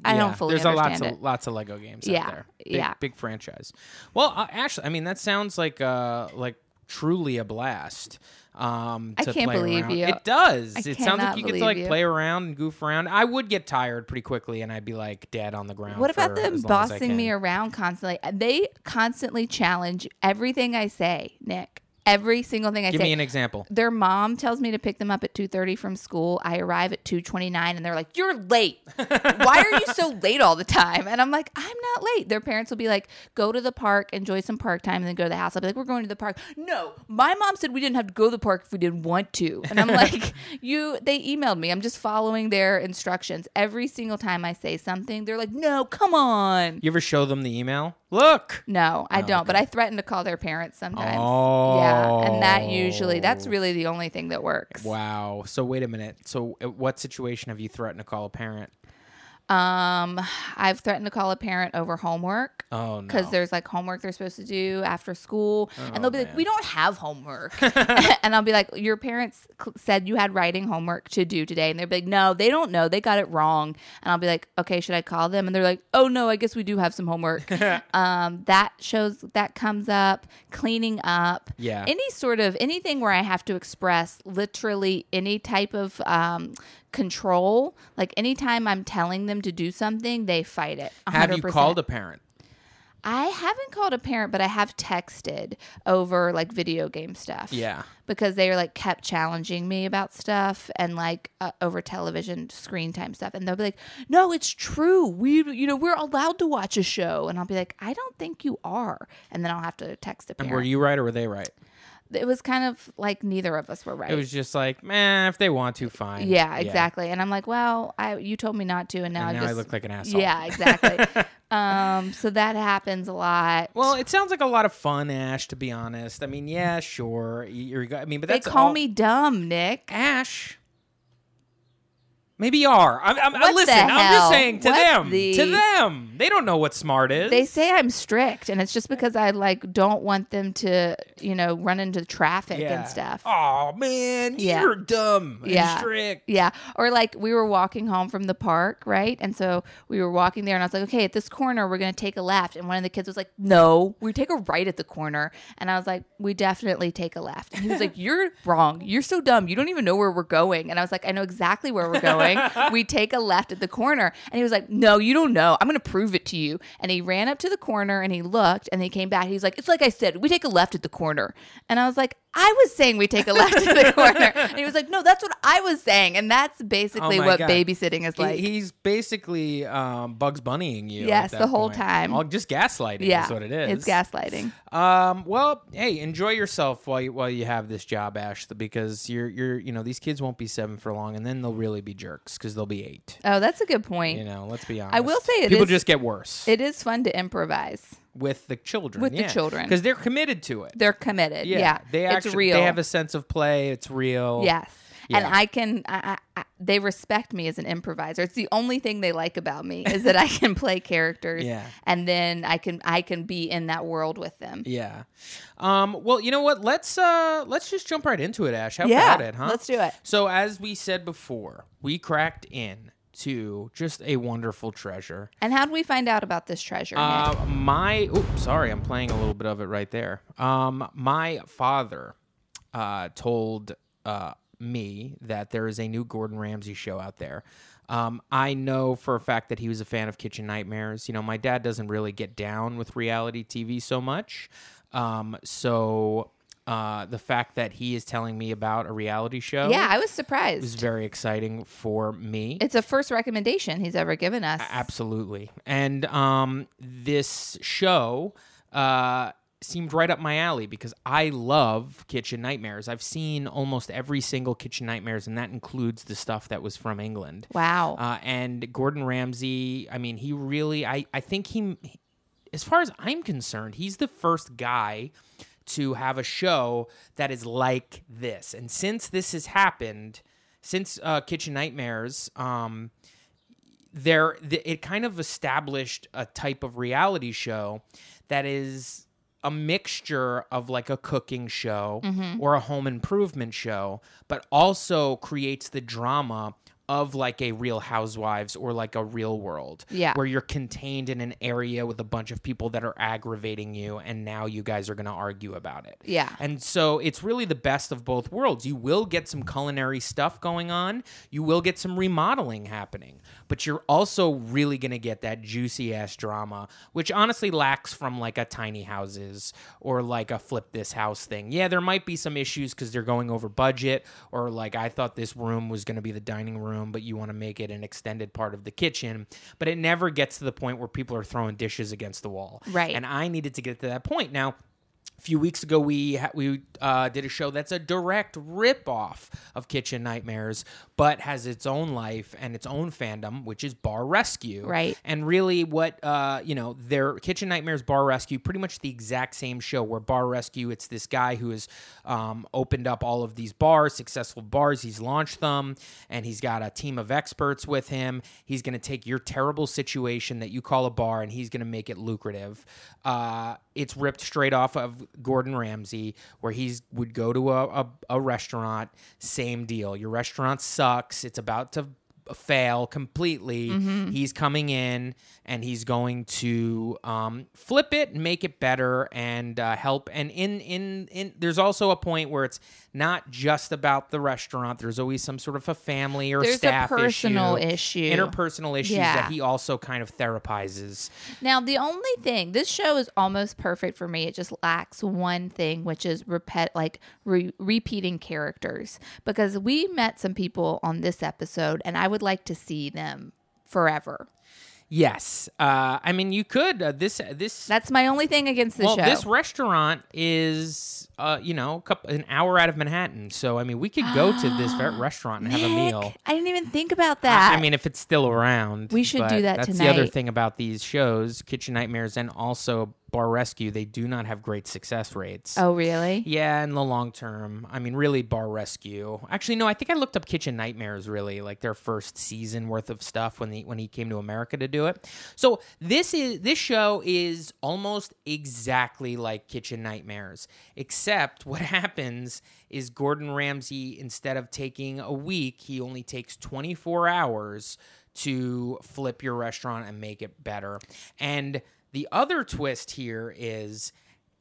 [SPEAKER 2] I
[SPEAKER 1] Yeah,
[SPEAKER 2] don't fully
[SPEAKER 1] There's
[SPEAKER 2] understand
[SPEAKER 1] a
[SPEAKER 2] it.
[SPEAKER 1] lots of lots of Lego games out
[SPEAKER 2] Yeah,
[SPEAKER 1] there. Big,
[SPEAKER 2] yeah.
[SPEAKER 1] big franchise. Well, uh, actually, I mean that sounds like uh like truly a blast. Um,
[SPEAKER 2] I
[SPEAKER 1] to
[SPEAKER 2] can't
[SPEAKER 1] play
[SPEAKER 2] believe
[SPEAKER 1] around.
[SPEAKER 2] you.
[SPEAKER 1] It does.
[SPEAKER 2] I
[SPEAKER 1] it sounds like
[SPEAKER 2] cannot
[SPEAKER 1] you could
[SPEAKER 2] believe
[SPEAKER 1] like
[SPEAKER 2] you.
[SPEAKER 1] play around and goof around. I would get tired pretty quickly, and I'd be like dead on the ground.
[SPEAKER 2] What
[SPEAKER 1] for
[SPEAKER 2] about them
[SPEAKER 1] as long as I
[SPEAKER 2] bossing me
[SPEAKER 1] can.
[SPEAKER 2] around constantly? They constantly challenge everything I say, Nick. Every single thing I
[SPEAKER 1] Give
[SPEAKER 2] say.
[SPEAKER 1] me an example.
[SPEAKER 2] their mom tells me to pick them up at 2.30 from school i arrive at 2.29 and they're like you're late why are you so
[SPEAKER 1] [LAUGHS]
[SPEAKER 2] late all the time and i'm like i'm not late their parents will be like go to the park enjoy some park time and then go to the house i'll be like we're going to the park no my mom said we didn't have to go to the park if we didn't want to and
[SPEAKER 1] [LAUGHS]
[SPEAKER 2] i'm like you they emailed me i'm just following their instructions every single time i say something they're like no come on
[SPEAKER 1] You Oh, ever show them the email? Look.
[SPEAKER 2] no, I don't. But I threaten to call their parents sometimes. Yeah, and that usually that's
[SPEAKER 1] Oh.
[SPEAKER 2] really the only thing that works.
[SPEAKER 1] Wow. So wait a minute. So at what situation have you threatened to call a parent?
[SPEAKER 2] Um, I've threatened to call a parent over homework
[SPEAKER 1] Oh no. Oh,
[SPEAKER 2] because there's like homework they're supposed to do after school, and they'll be like,
[SPEAKER 1] man.
[SPEAKER 2] "We don't
[SPEAKER 1] [LAUGHS]
[SPEAKER 2] have homework," [LAUGHS] and I'll be like, "Your parents cl- said you had writing homework to do today," and they're like, "No, they don't know. They got it wrong," and I'll be like, "Okay, should I call them?" And they're like, "Oh no, I guess we do have
[SPEAKER 1] [LAUGHS]
[SPEAKER 2] some homework." um, that shows that comes up cleaning up.
[SPEAKER 1] Yeah.
[SPEAKER 2] any sort of anything where I have to express literally any type of um, control. Like anytime I'm telling them to do something, they fight it.
[SPEAKER 1] have you
[SPEAKER 2] 100%.
[SPEAKER 1] called a parent?
[SPEAKER 2] I haven't called a parent, but I have texted over like video game stuff.
[SPEAKER 1] Yeah.
[SPEAKER 2] Because they were like kept challenging me about stuff and like uh, over television screen time stuff, and they'll be like, "No, it's true. We, you know, we're allowed to watch a show," and I'll be like, "I don't think you are," and then I'll have to text a
[SPEAKER 1] And were
[SPEAKER 2] parent.
[SPEAKER 1] you right or were they right?
[SPEAKER 2] it was kind of like neither of us were right.
[SPEAKER 1] It was just like, man, if they want to, fine.
[SPEAKER 2] yeah, exactly. And I'm like, "Well, I you told me not to, and now,
[SPEAKER 1] And now
[SPEAKER 2] I just
[SPEAKER 1] I look like an asshole.
[SPEAKER 2] yeah,
[SPEAKER 1] [LAUGHS]
[SPEAKER 2] exactly." um, so that happens a lot.
[SPEAKER 1] Well, it sounds like a lot of fun, Ash. To be honest, I mean, yeah, sure. You're, I mean, but
[SPEAKER 2] they
[SPEAKER 1] that's
[SPEAKER 2] call
[SPEAKER 1] all-
[SPEAKER 2] me dumb, Nick.
[SPEAKER 1] Ash. Maybe you are. I'm, I'm, I
[SPEAKER 2] What the
[SPEAKER 1] listen. I'm just
[SPEAKER 2] hell?
[SPEAKER 1] saying to
[SPEAKER 2] What
[SPEAKER 1] them.
[SPEAKER 2] the-
[SPEAKER 1] To them, they don't know what smart is.
[SPEAKER 2] They say I'm strict, and it's just because I like don't want them to, you know, run into traffic and stuff.
[SPEAKER 1] Oh man,
[SPEAKER 2] Yeah.
[SPEAKER 1] you're dumb. and
[SPEAKER 2] Yeah.
[SPEAKER 1] strict.
[SPEAKER 2] Yeah. Or like we were walking home from the park, right? And so we were walking there, and I was like, okay, at this corner, we're going to take a left. And one of the kids was like, no, we take a right at the corner. And I was like, we definitely take a left. And he was like, you're [LAUGHS] wrong. You're so dumb. You don't even know where we're going. And I was like, I know exactly where we're going. we take a left at the corner. And he was like, no, you don't know. I'm going to prove it to you. And he ran up to the corner and he looked and he came back. He's like, it's like I said, we take a left at the corner. And I was like, I was saying we take a left at
[SPEAKER 1] [LAUGHS]
[SPEAKER 2] the corner. And he was like, no, that's what I was saying. And that's basically
[SPEAKER 1] Oh my
[SPEAKER 2] what
[SPEAKER 1] God.
[SPEAKER 2] babysitting is
[SPEAKER 1] He-
[SPEAKER 2] like.
[SPEAKER 1] he's basically um, Bugs Bunnying you. at
[SPEAKER 2] Yes,
[SPEAKER 1] that
[SPEAKER 2] the whole
[SPEAKER 1] point.
[SPEAKER 2] time.
[SPEAKER 1] All just gaslighting
[SPEAKER 2] yeah.
[SPEAKER 1] is what it is.
[SPEAKER 2] It's gaslighting.
[SPEAKER 1] Um, well, hey, enjoy yourself while you while you have this job, Ash, because you're you're you know these kids won't be seven for long, and then they'll really be jerks because they'll be eight.
[SPEAKER 2] Oh, that's a good point.
[SPEAKER 1] You know, let's be honest.
[SPEAKER 2] I will say it
[SPEAKER 1] people
[SPEAKER 2] is-
[SPEAKER 1] just get worse
[SPEAKER 2] It is fun to improvise.
[SPEAKER 1] with the children.
[SPEAKER 2] with the children.
[SPEAKER 1] because they're committed to it.
[SPEAKER 2] They're committed. Yeah.
[SPEAKER 1] they
[SPEAKER 2] it's
[SPEAKER 1] actually
[SPEAKER 2] real.
[SPEAKER 1] they have a sense of play. It's real.
[SPEAKER 2] Yes. And
[SPEAKER 1] Yeah.
[SPEAKER 2] I can, I, I, I, they respect me as an improviser. It's the only thing they like about me is
[SPEAKER 1] [LAUGHS]
[SPEAKER 2] that I can play characters,
[SPEAKER 1] Yeah.
[SPEAKER 2] and then I can, I can be in that world with them.
[SPEAKER 1] Yeah. Um, well, you know what? Let's uh, let's just jump right into it, Ash. How
[SPEAKER 2] Yeah,
[SPEAKER 1] about it, huh?
[SPEAKER 2] let's do it.
[SPEAKER 1] So, as we said before, we cracked in to just a wonderful treasure.
[SPEAKER 2] And how do we find out about this treasure? Nick?
[SPEAKER 1] Uh, my oops, sorry, I'm playing a little bit of it right there. Um, my father uh, told uh, me that there is a new Gordon Ramsay show out there. Um, I know for a fact that he was a fan of Kitchen Nightmares. You know, my dad doesn't really get down with reality TV so much. Um, so uh, the fact that he is telling me about a reality show
[SPEAKER 2] yeah, I was surprised.
[SPEAKER 1] is very exciting for me.
[SPEAKER 2] it's a first recommendation he's ever given us.
[SPEAKER 1] Absolutely. And um, this show uh, seemed right up my alley because I love Kitchen Nightmares. I've seen almost every single Kitchen Nightmares, and that includes the stuff that was from England.
[SPEAKER 2] wow.
[SPEAKER 1] Uh, and Gordon Ramsay, I mean, he really, I, I think he, as far as I'm concerned, he's the first guy to have a show that is like this. And since this has happened, since uh, Kitchen Nightmares, um, there th- it kind of established a type of reality show that is a mixture of like a cooking show
[SPEAKER 2] Mm-hmm.
[SPEAKER 1] or a home improvement show but also creates the drama of like a real housewives or like a real world
[SPEAKER 2] Yeah.
[SPEAKER 1] where you're contained in an area with a bunch of people that are aggravating you and now you guys are going to argue about it
[SPEAKER 2] Yeah.
[SPEAKER 1] and so it's really the best of both worlds. You will get some culinary stuff going on, you will get some remodeling happening, but you're also really going to get that juicy ass drama, which honestly lacks from like a tiny houses or like a flip this house thing. Yeah, there might be some issues because they're going over budget, or like I thought this room was going to be the dining room, but you want to make it an extended part of the kitchen. But it never gets to the point where people are throwing dishes against the wall.
[SPEAKER 2] Right.
[SPEAKER 1] And I needed to get to that point. Now, a few weeks ago we ha- we uh, did a show that's a direct ripoff of Kitchen Nightmares, but has its own life and its own fandom, which is Bar Rescue.
[SPEAKER 2] Right.
[SPEAKER 1] And really, what uh, you know, their Kitchen Nightmares, Bar Rescue, pretty much the exact same show. Where Bar Rescue, it's this guy who has um, opened up all of these bars, successful bars. He's launched them, and he's got a team of experts with him. He's going to take your terrible situation that you call a bar, and he's going to make it lucrative. Uh, it's ripped straight off of Gordon Ramsay, where he's would go to a, a, a restaurant. Same deal. Your restaurant sucks. It's about to fail completely.
[SPEAKER 2] Mm-hmm.
[SPEAKER 1] He's coming in and he's going to um, flip it and make it better and uh, help. And in in in there's also a point where it's not just about the restaurant. There's always some sort of a family or
[SPEAKER 2] There's a
[SPEAKER 1] staff
[SPEAKER 2] personal
[SPEAKER 1] issue,
[SPEAKER 2] issue.
[SPEAKER 1] interpersonal issues
[SPEAKER 2] Yeah.
[SPEAKER 1] that he also kind of therapizes.
[SPEAKER 2] Now, the only thing this show is almost perfect for me. It just lacks one thing, which is repet like re- repeating characters. Because we met some people on this episode, and I would like to see them forever.
[SPEAKER 1] Yes, uh, I mean you could uh, this this
[SPEAKER 2] That's my only thing against the
[SPEAKER 1] well,
[SPEAKER 2] show.
[SPEAKER 1] this restaurant is, uh, you know, a couple, an hour out of Manhattan. So, I mean, we could go to this
[SPEAKER 2] [GASPS]
[SPEAKER 1] ver- restaurant and have a
[SPEAKER 2] Heck,
[SPEAKER 1] meal.
[SPEAKER 2] I didn't even think about that.
[SPEAKER 1] I mean, if it's still around,
[SPEAKER 2] We should
[SPEAKER 1] but
[SPEAKER 2] do that
[SPEAKER 1] That's the other
[SPEAKER 2] tonight.
[SPEAKER 1] thing about these shows, Kitchen Nightmares, and also Bar Rescue. They do not have great success rates.
[SPEAKER 2] oh really?
[SPEAKER 1] Yeah, in the long term, I mean, really, Bar Rescue. Actually, no, I think I looked up Kitchen Nightmares. Really, like their first season worth of stuff when the when he came to America to do it. So this is this show is almost exactly like Kitchen Nightmares, except what [LAUGHS] happens is Gordon Ramsay instead of taking a week, he only takes twenty four hours to flip your restaurant and make it better. And the other twist here is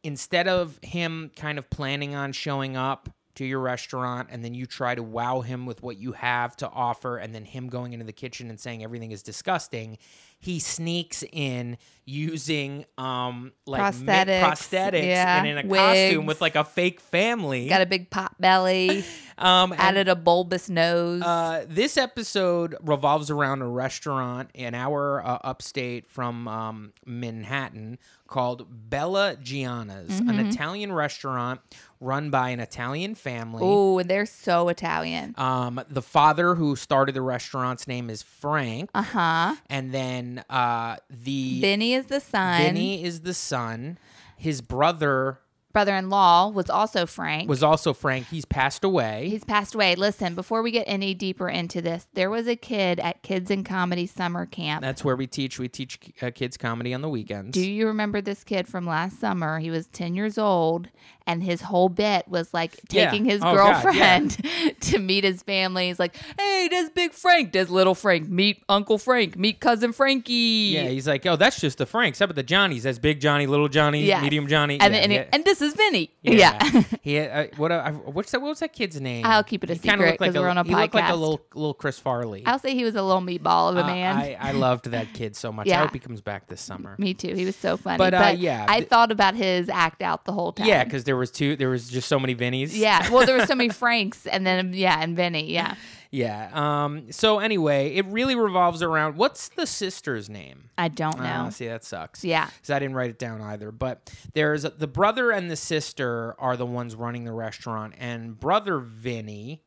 [SPEAKER 1] instead of him kind of planning on showing up to your restaurant and then you try to wow him with what you have to offer and then him going into the kitchen and saying everything is disgusting he sneaks in using um like mi-
[SPEAKER 2] Prosthetics,
[SPEAKER 1] prosthetics
[SPEAKER 2] yeah,
[SPEAKER 1] and in a costume
[SPEAKER 2] wigs.
[SPEAKER 1] with like a fake family
[SPEAKER 2] Got a big pot belly,
[SPEAKER 1] um [LAUGHS] and
[SPEAKER 2] added a bulbous nose.
[SPEAKER 1] uh, this episode revolves around a restaurant an hour uh, upstate from um, Manhattan called Bella Gianna's,
[SPEAKER 2] Mm-hmm.
[SPEAKER 1] an Italian restaurant run by an Italian family.
[SPEAKER 2] Ooh, and they're so Italian.
[SPEAKER 1] Um, the father who started the restaurant's name is Frank,
[SPEAKER 2] Uh huh.
[SPEAKER 1] and then uh, the
[SPEAKER 2] Benny is the son.
[SPEAKER 1] Vinny is the son. His brother
[SPEAKER 2] brother-in-law was also Frank.
[SPEAKER 1] was also Frank. He's passed away.
[SPEAKER 2] He's passed away. Listen, before we get any deeper into this, there was a kid at Kids in Comedy Summer Camp.
[SPEAKER 1] That's where we teach. We teach uh, kids comedy on the weekends.
[SPEAKER 2] Do you remember this kid from last summer? He was 10 years old, and his whole bit was like
[SPEAKER 1] Yeah.
[SPEAKER 2] taking his
[SPEAKER 1] Oh, God, yeah.
[SPEAKER 2] girlfriend [LAUGHS] to meet his family. He's like, hey, there's Big Frank, there's Little Frank, meet Uncle Frank, meet Cousin Frankie.
[SPEAKER 1] Yeah, he's like, oh, that's just the Franks. How about the Johnnies? That's Big Johnny, Little Johnny,
[SPEAKER 2] Yes.
[SPEAKER 1] Medium Johnny.
[SPEAKER 2] And,
[SPEAKER 1] yeah,
[SPEAKER 2] and,
[SPEAKER 1] yeah,
[SPEAKER 2] and this is Vinny.
[SPEAKER 1] yeah.
[SPEAKER 2] Yeah.
[SPEAKER 1] he, uh, what, uh, what's that, what was that kid's name?
[SPEAKER 2] I'll keep it a
[SPEAKER 1] He kinda
[SPEAKER 2] secret
[SPEAKER 1] looked like
[SPEAKER 2] 'cause we're on a
[SPEAKER 1] He looked like a
[SPEAKER 2] podcast.
[SPEAKER 1] little, little Chris Farley.
[SPEAKER 2] [LAUGHS] I'll say he was a little meatball of a
[SPEAKER 1] Uh,
[SPEAKER 2] man.
[SPEAKER 1] I, I loved that kid so much. I
[SPEAKER 2] [LAUGHS] Yeah.
[SPEAKER 1] hope he comes back this summer.
[SPEAKER 2] Me too. He was so funny.
[SPEAKER 1] But,
[SPEAKER 2] But,
[SPEAKER 1] uh, yeah,
[SPEAKER 2] I
[SPEAKER 1] th-
[SPEAKER 2] thought about his act out the whole time.
[SPEAKER 1] Yeah, because there was two. There was just so many Vinnies.
[SPEAKER 2] Yeah. Well, there were so many Franks, and then yeah, and Vinny. Yeah,
[SPEAKER 1] Yeah. Um. So anyway, it really revolves around what's the sister's name?
[SPEAKER 2] I don't know.
[SPEAKER 1] Ah, see, that sucks.
[SPEAKER 2] Yeah.
[SPEAKER 1] because I didn't write it down either. But there's the brother and the sister are the ones running the restaurant, and brother Vinny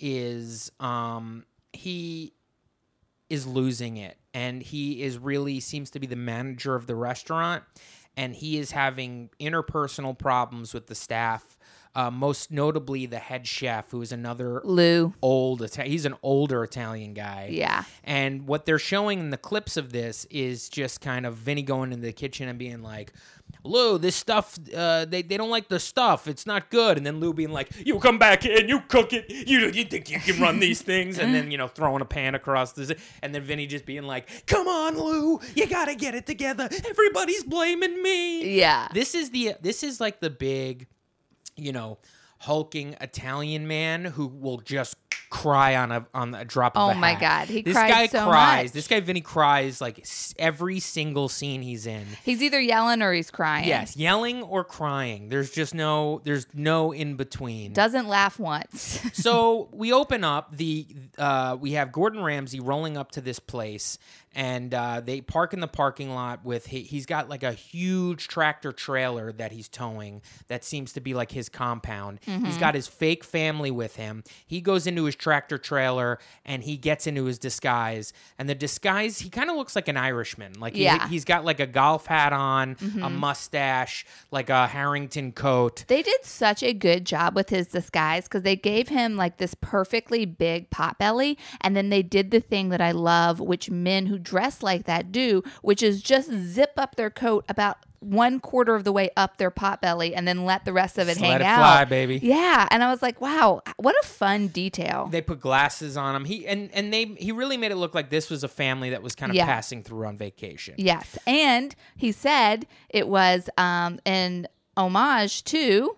[SPEAKER 1] is um he is losing it, and he is really seems to be the manager of the restaurant, and he is having interpersonal problems with the staff. Uh, most notably, the head chef, who is another
[SPEAKER 2] Lou.
[SPEAKER 1] old Ita- he's an older Italian guy.
[SPEAKER 2] Yeah.
[SPEAKER 1] And what they're showing in the clips of this is just kind of Vinny going into the kitchen and being like, Lou, this stuff, uh, they, they don't like the stuff. It's not good. And then Lou being like, you come back in, you cook it. You, you think you can run these things. And then, you know, throwing a pan across this. And then Vinny just being like, come on, Lou, you got to get it together. Everybody's blaming me.
[SPEAKER 2] Yeah.
[SPEAKER 1] This is the, this is like the big, you know, hulking Italian man who will just cry on a on a drop of
[SPEAKER 2] Oh
[SPEAKER 1] a
[SPEAKER 2] my
[SPEAKER 1] hat.
[SPEAKER 2] God, he
[SPEAKER 1] this
[SPEAKER 2] cried
[SPEAKER 1] guy
[SPEAKER 2] so
[SPEAKER 1] cries.
[SPEAKER 2] much.
[SPEAKER 1] This guy Vinny cries like s- every single scene he's in.
[SPEAKER 2] He's either yelling or he's crying.
[SPEAKER 1] Yes, yelling or crying. There's just no there's no in between.
[SPEAKER 2] Doesn't laugh once. [LAUGHS]
[SPEAKER 1] so we open up the uh, we have Gordon Ramsay rolling up to this place, and uh, they park in the parking lot with he, he's got like a huge tractor trailer that he's towing that seems to be like his compound. He's got his fake family with him. He goes into his tractor trailer and he gets into his disguise, and the disguise he kind of looks like an Irishman. Like he,
[SPEAKER 2] Yeah.
[SPEAKER 1] he's got like a golf hat on, a mustache, like a Harrington coat.
[SPEAKER 2] They did such a good job with his disguise because they gave him like this perfectly big pot belly. And then they did the thing that I love, which men who dress like that do, which is just zip up their coat about one quarter of the way up their pot belly and then let the rest of it
[SPEAKER 1] Just
[SPEAKER 2] hang
[SPEAKER 1] let it
[SPEAKER 2] out.
[SPEAKER 1] fly, baby.
[SPEAKER 2] Yeah. And I was like, wow, what a fun detail.
[SPEAKER 1] they put glasses on him. He and and they he really made it look like this was a family that was kind of
[SPEAKER 2] Yeah.
[SPEAKER 1] passing through on vacation.
[SPEAKER 2] yes. And he said it was um, in homage to.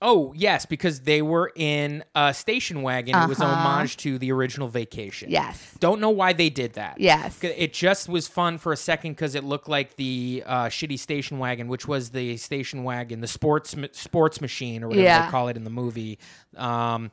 [SPEAKER 1] Oh yes, because they were in a station wagon. It was a
[SPEAKER 2] Uh-huh.
[SPEAKER 1] homage to the original vacation.
[SPEAKER 2] Yes.
[SPEAKER 1] Don't know why they did that.
[SPEAKER 2] Yes.
[SPEAKER 1] It just was fun for a second because it looked like the uh, shitty station wagon, which was the station wagon, the sports ma- sports machine or whatever they
[SPEAKER 2] Yeah.
[SPEAKER 1] call it in the movie. Um,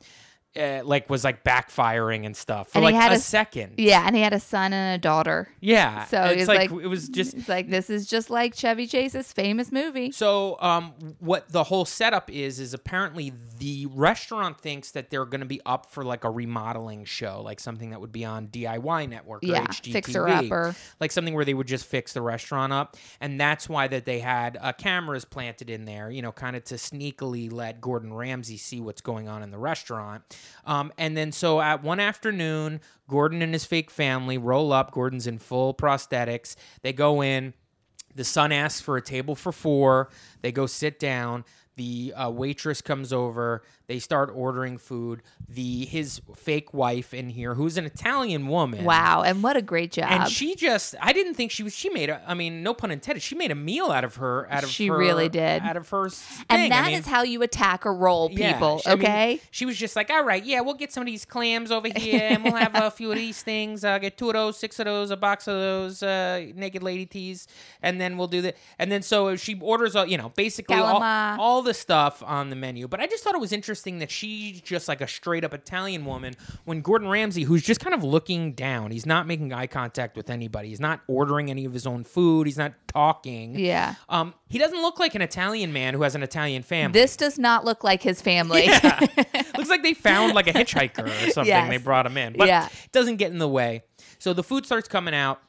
[SPEAKER 1] uh, like was like backfiring and stuff for
[SPEAKER 2] And he
[SPEAKER 1] like
[SPEAKER 2] had
[SPEAKER 1] a,
[SPEAKER 2] a s-
[SPEAKER 1] second.
[SPEAKER 2] Yeah. And he had a son and a daughter.
[SPEAKER 1] Yeah.
[SPEAKER 2] So it
[SPEAKER 1] it's
[SPEAKER 2] was
[SPEAKER 1] like,
[SPEAKER 2] like-
[SPEAKER 1] it was just
[SPEAKER 2] [LAUGHS] It's like this is just like Chevy Chase's famous movie.
[SPEAKER 1] So, um, what the whole setup is is apparently the restaurant thinks that they're going to be up for like a remodeling show, like something that would be on DIY Network or
[SPEAKER 2] Yeah,
[SPEAKER 1] HGTV,
[SPEAKER 2] Fixer Upper.
[SPEAKER 1] like something where they would just fix the restaurant up, and that's why that they had uh, cameras planted in there, you know, kind of to sneakily let Gordon Ramsay see what's going on in the restaurant. Um, and then so at one afternoon, Gordon and his fake family roll up. Gordon's in full prosthetics. They go in. The son asks for a table for four. They go sit down. The uh, waitress comes over. They start ordering food. The his fake wife in here, who's an Italian woman.
[SPEAKER 2] Wow, and what a great job.
[SPEAKER 1] And she just, I didn't think she was, she made a, I mean, no pun intended, she made a meal out of her, out of
[SPEAKER 2] She
[SPEAKER 1] her-
[SPEAKER 2] really did.
[SPEAKER 1] Out of her.
[SPEAKER 2] And
[SPEAKER 1] thing. I
[SPEAKER 2] that
[SPEAKER 1] mean,
[SPEAKER 2] is how you attack a role,
[SPEAKER 1] yeah,
[SPEAKER 2] people,
[SPEAKER 1] she- I mean,
[SPEAKER 2] okay?
[SPEAKER 1] she was just like, all right, yeah, we'll get some of these clams over here and we'll have
[SPEAKER 2] [LAUGHS]
[SPEAKER 1] a few of these things. I'll get two of those, six of those, a box of those uh, naked lady tees, and then we'll do that. And then so she orders, all, you know, basically all,
[SPEAKER 2] Calamari.
[SPEAKER 1] all the stuff on the menu. But I just thought it was interesting that she's just like a straight up Italian woman when Gordon Ramsay, who's just kind of looking down, he's not making eye contact with anybody, he's not ordering any of his own food, he's not talking.
[SPEAKER 2] Yeah.
[SPEAKER 1] Um, he doesn't look like an Italian man who has an Italian family.
[SPEAKER 2] This does not look like his family.
[SPEAKER 1] Looks like they found like a hitchhiker or something.
[SPEAKER 2] Yes.
[SPEAKER 1] They brought him in, but
[SPEAKER 2] Yeah.
[SPEAKER 1] it doesn't get in the way. So the food starts coming out.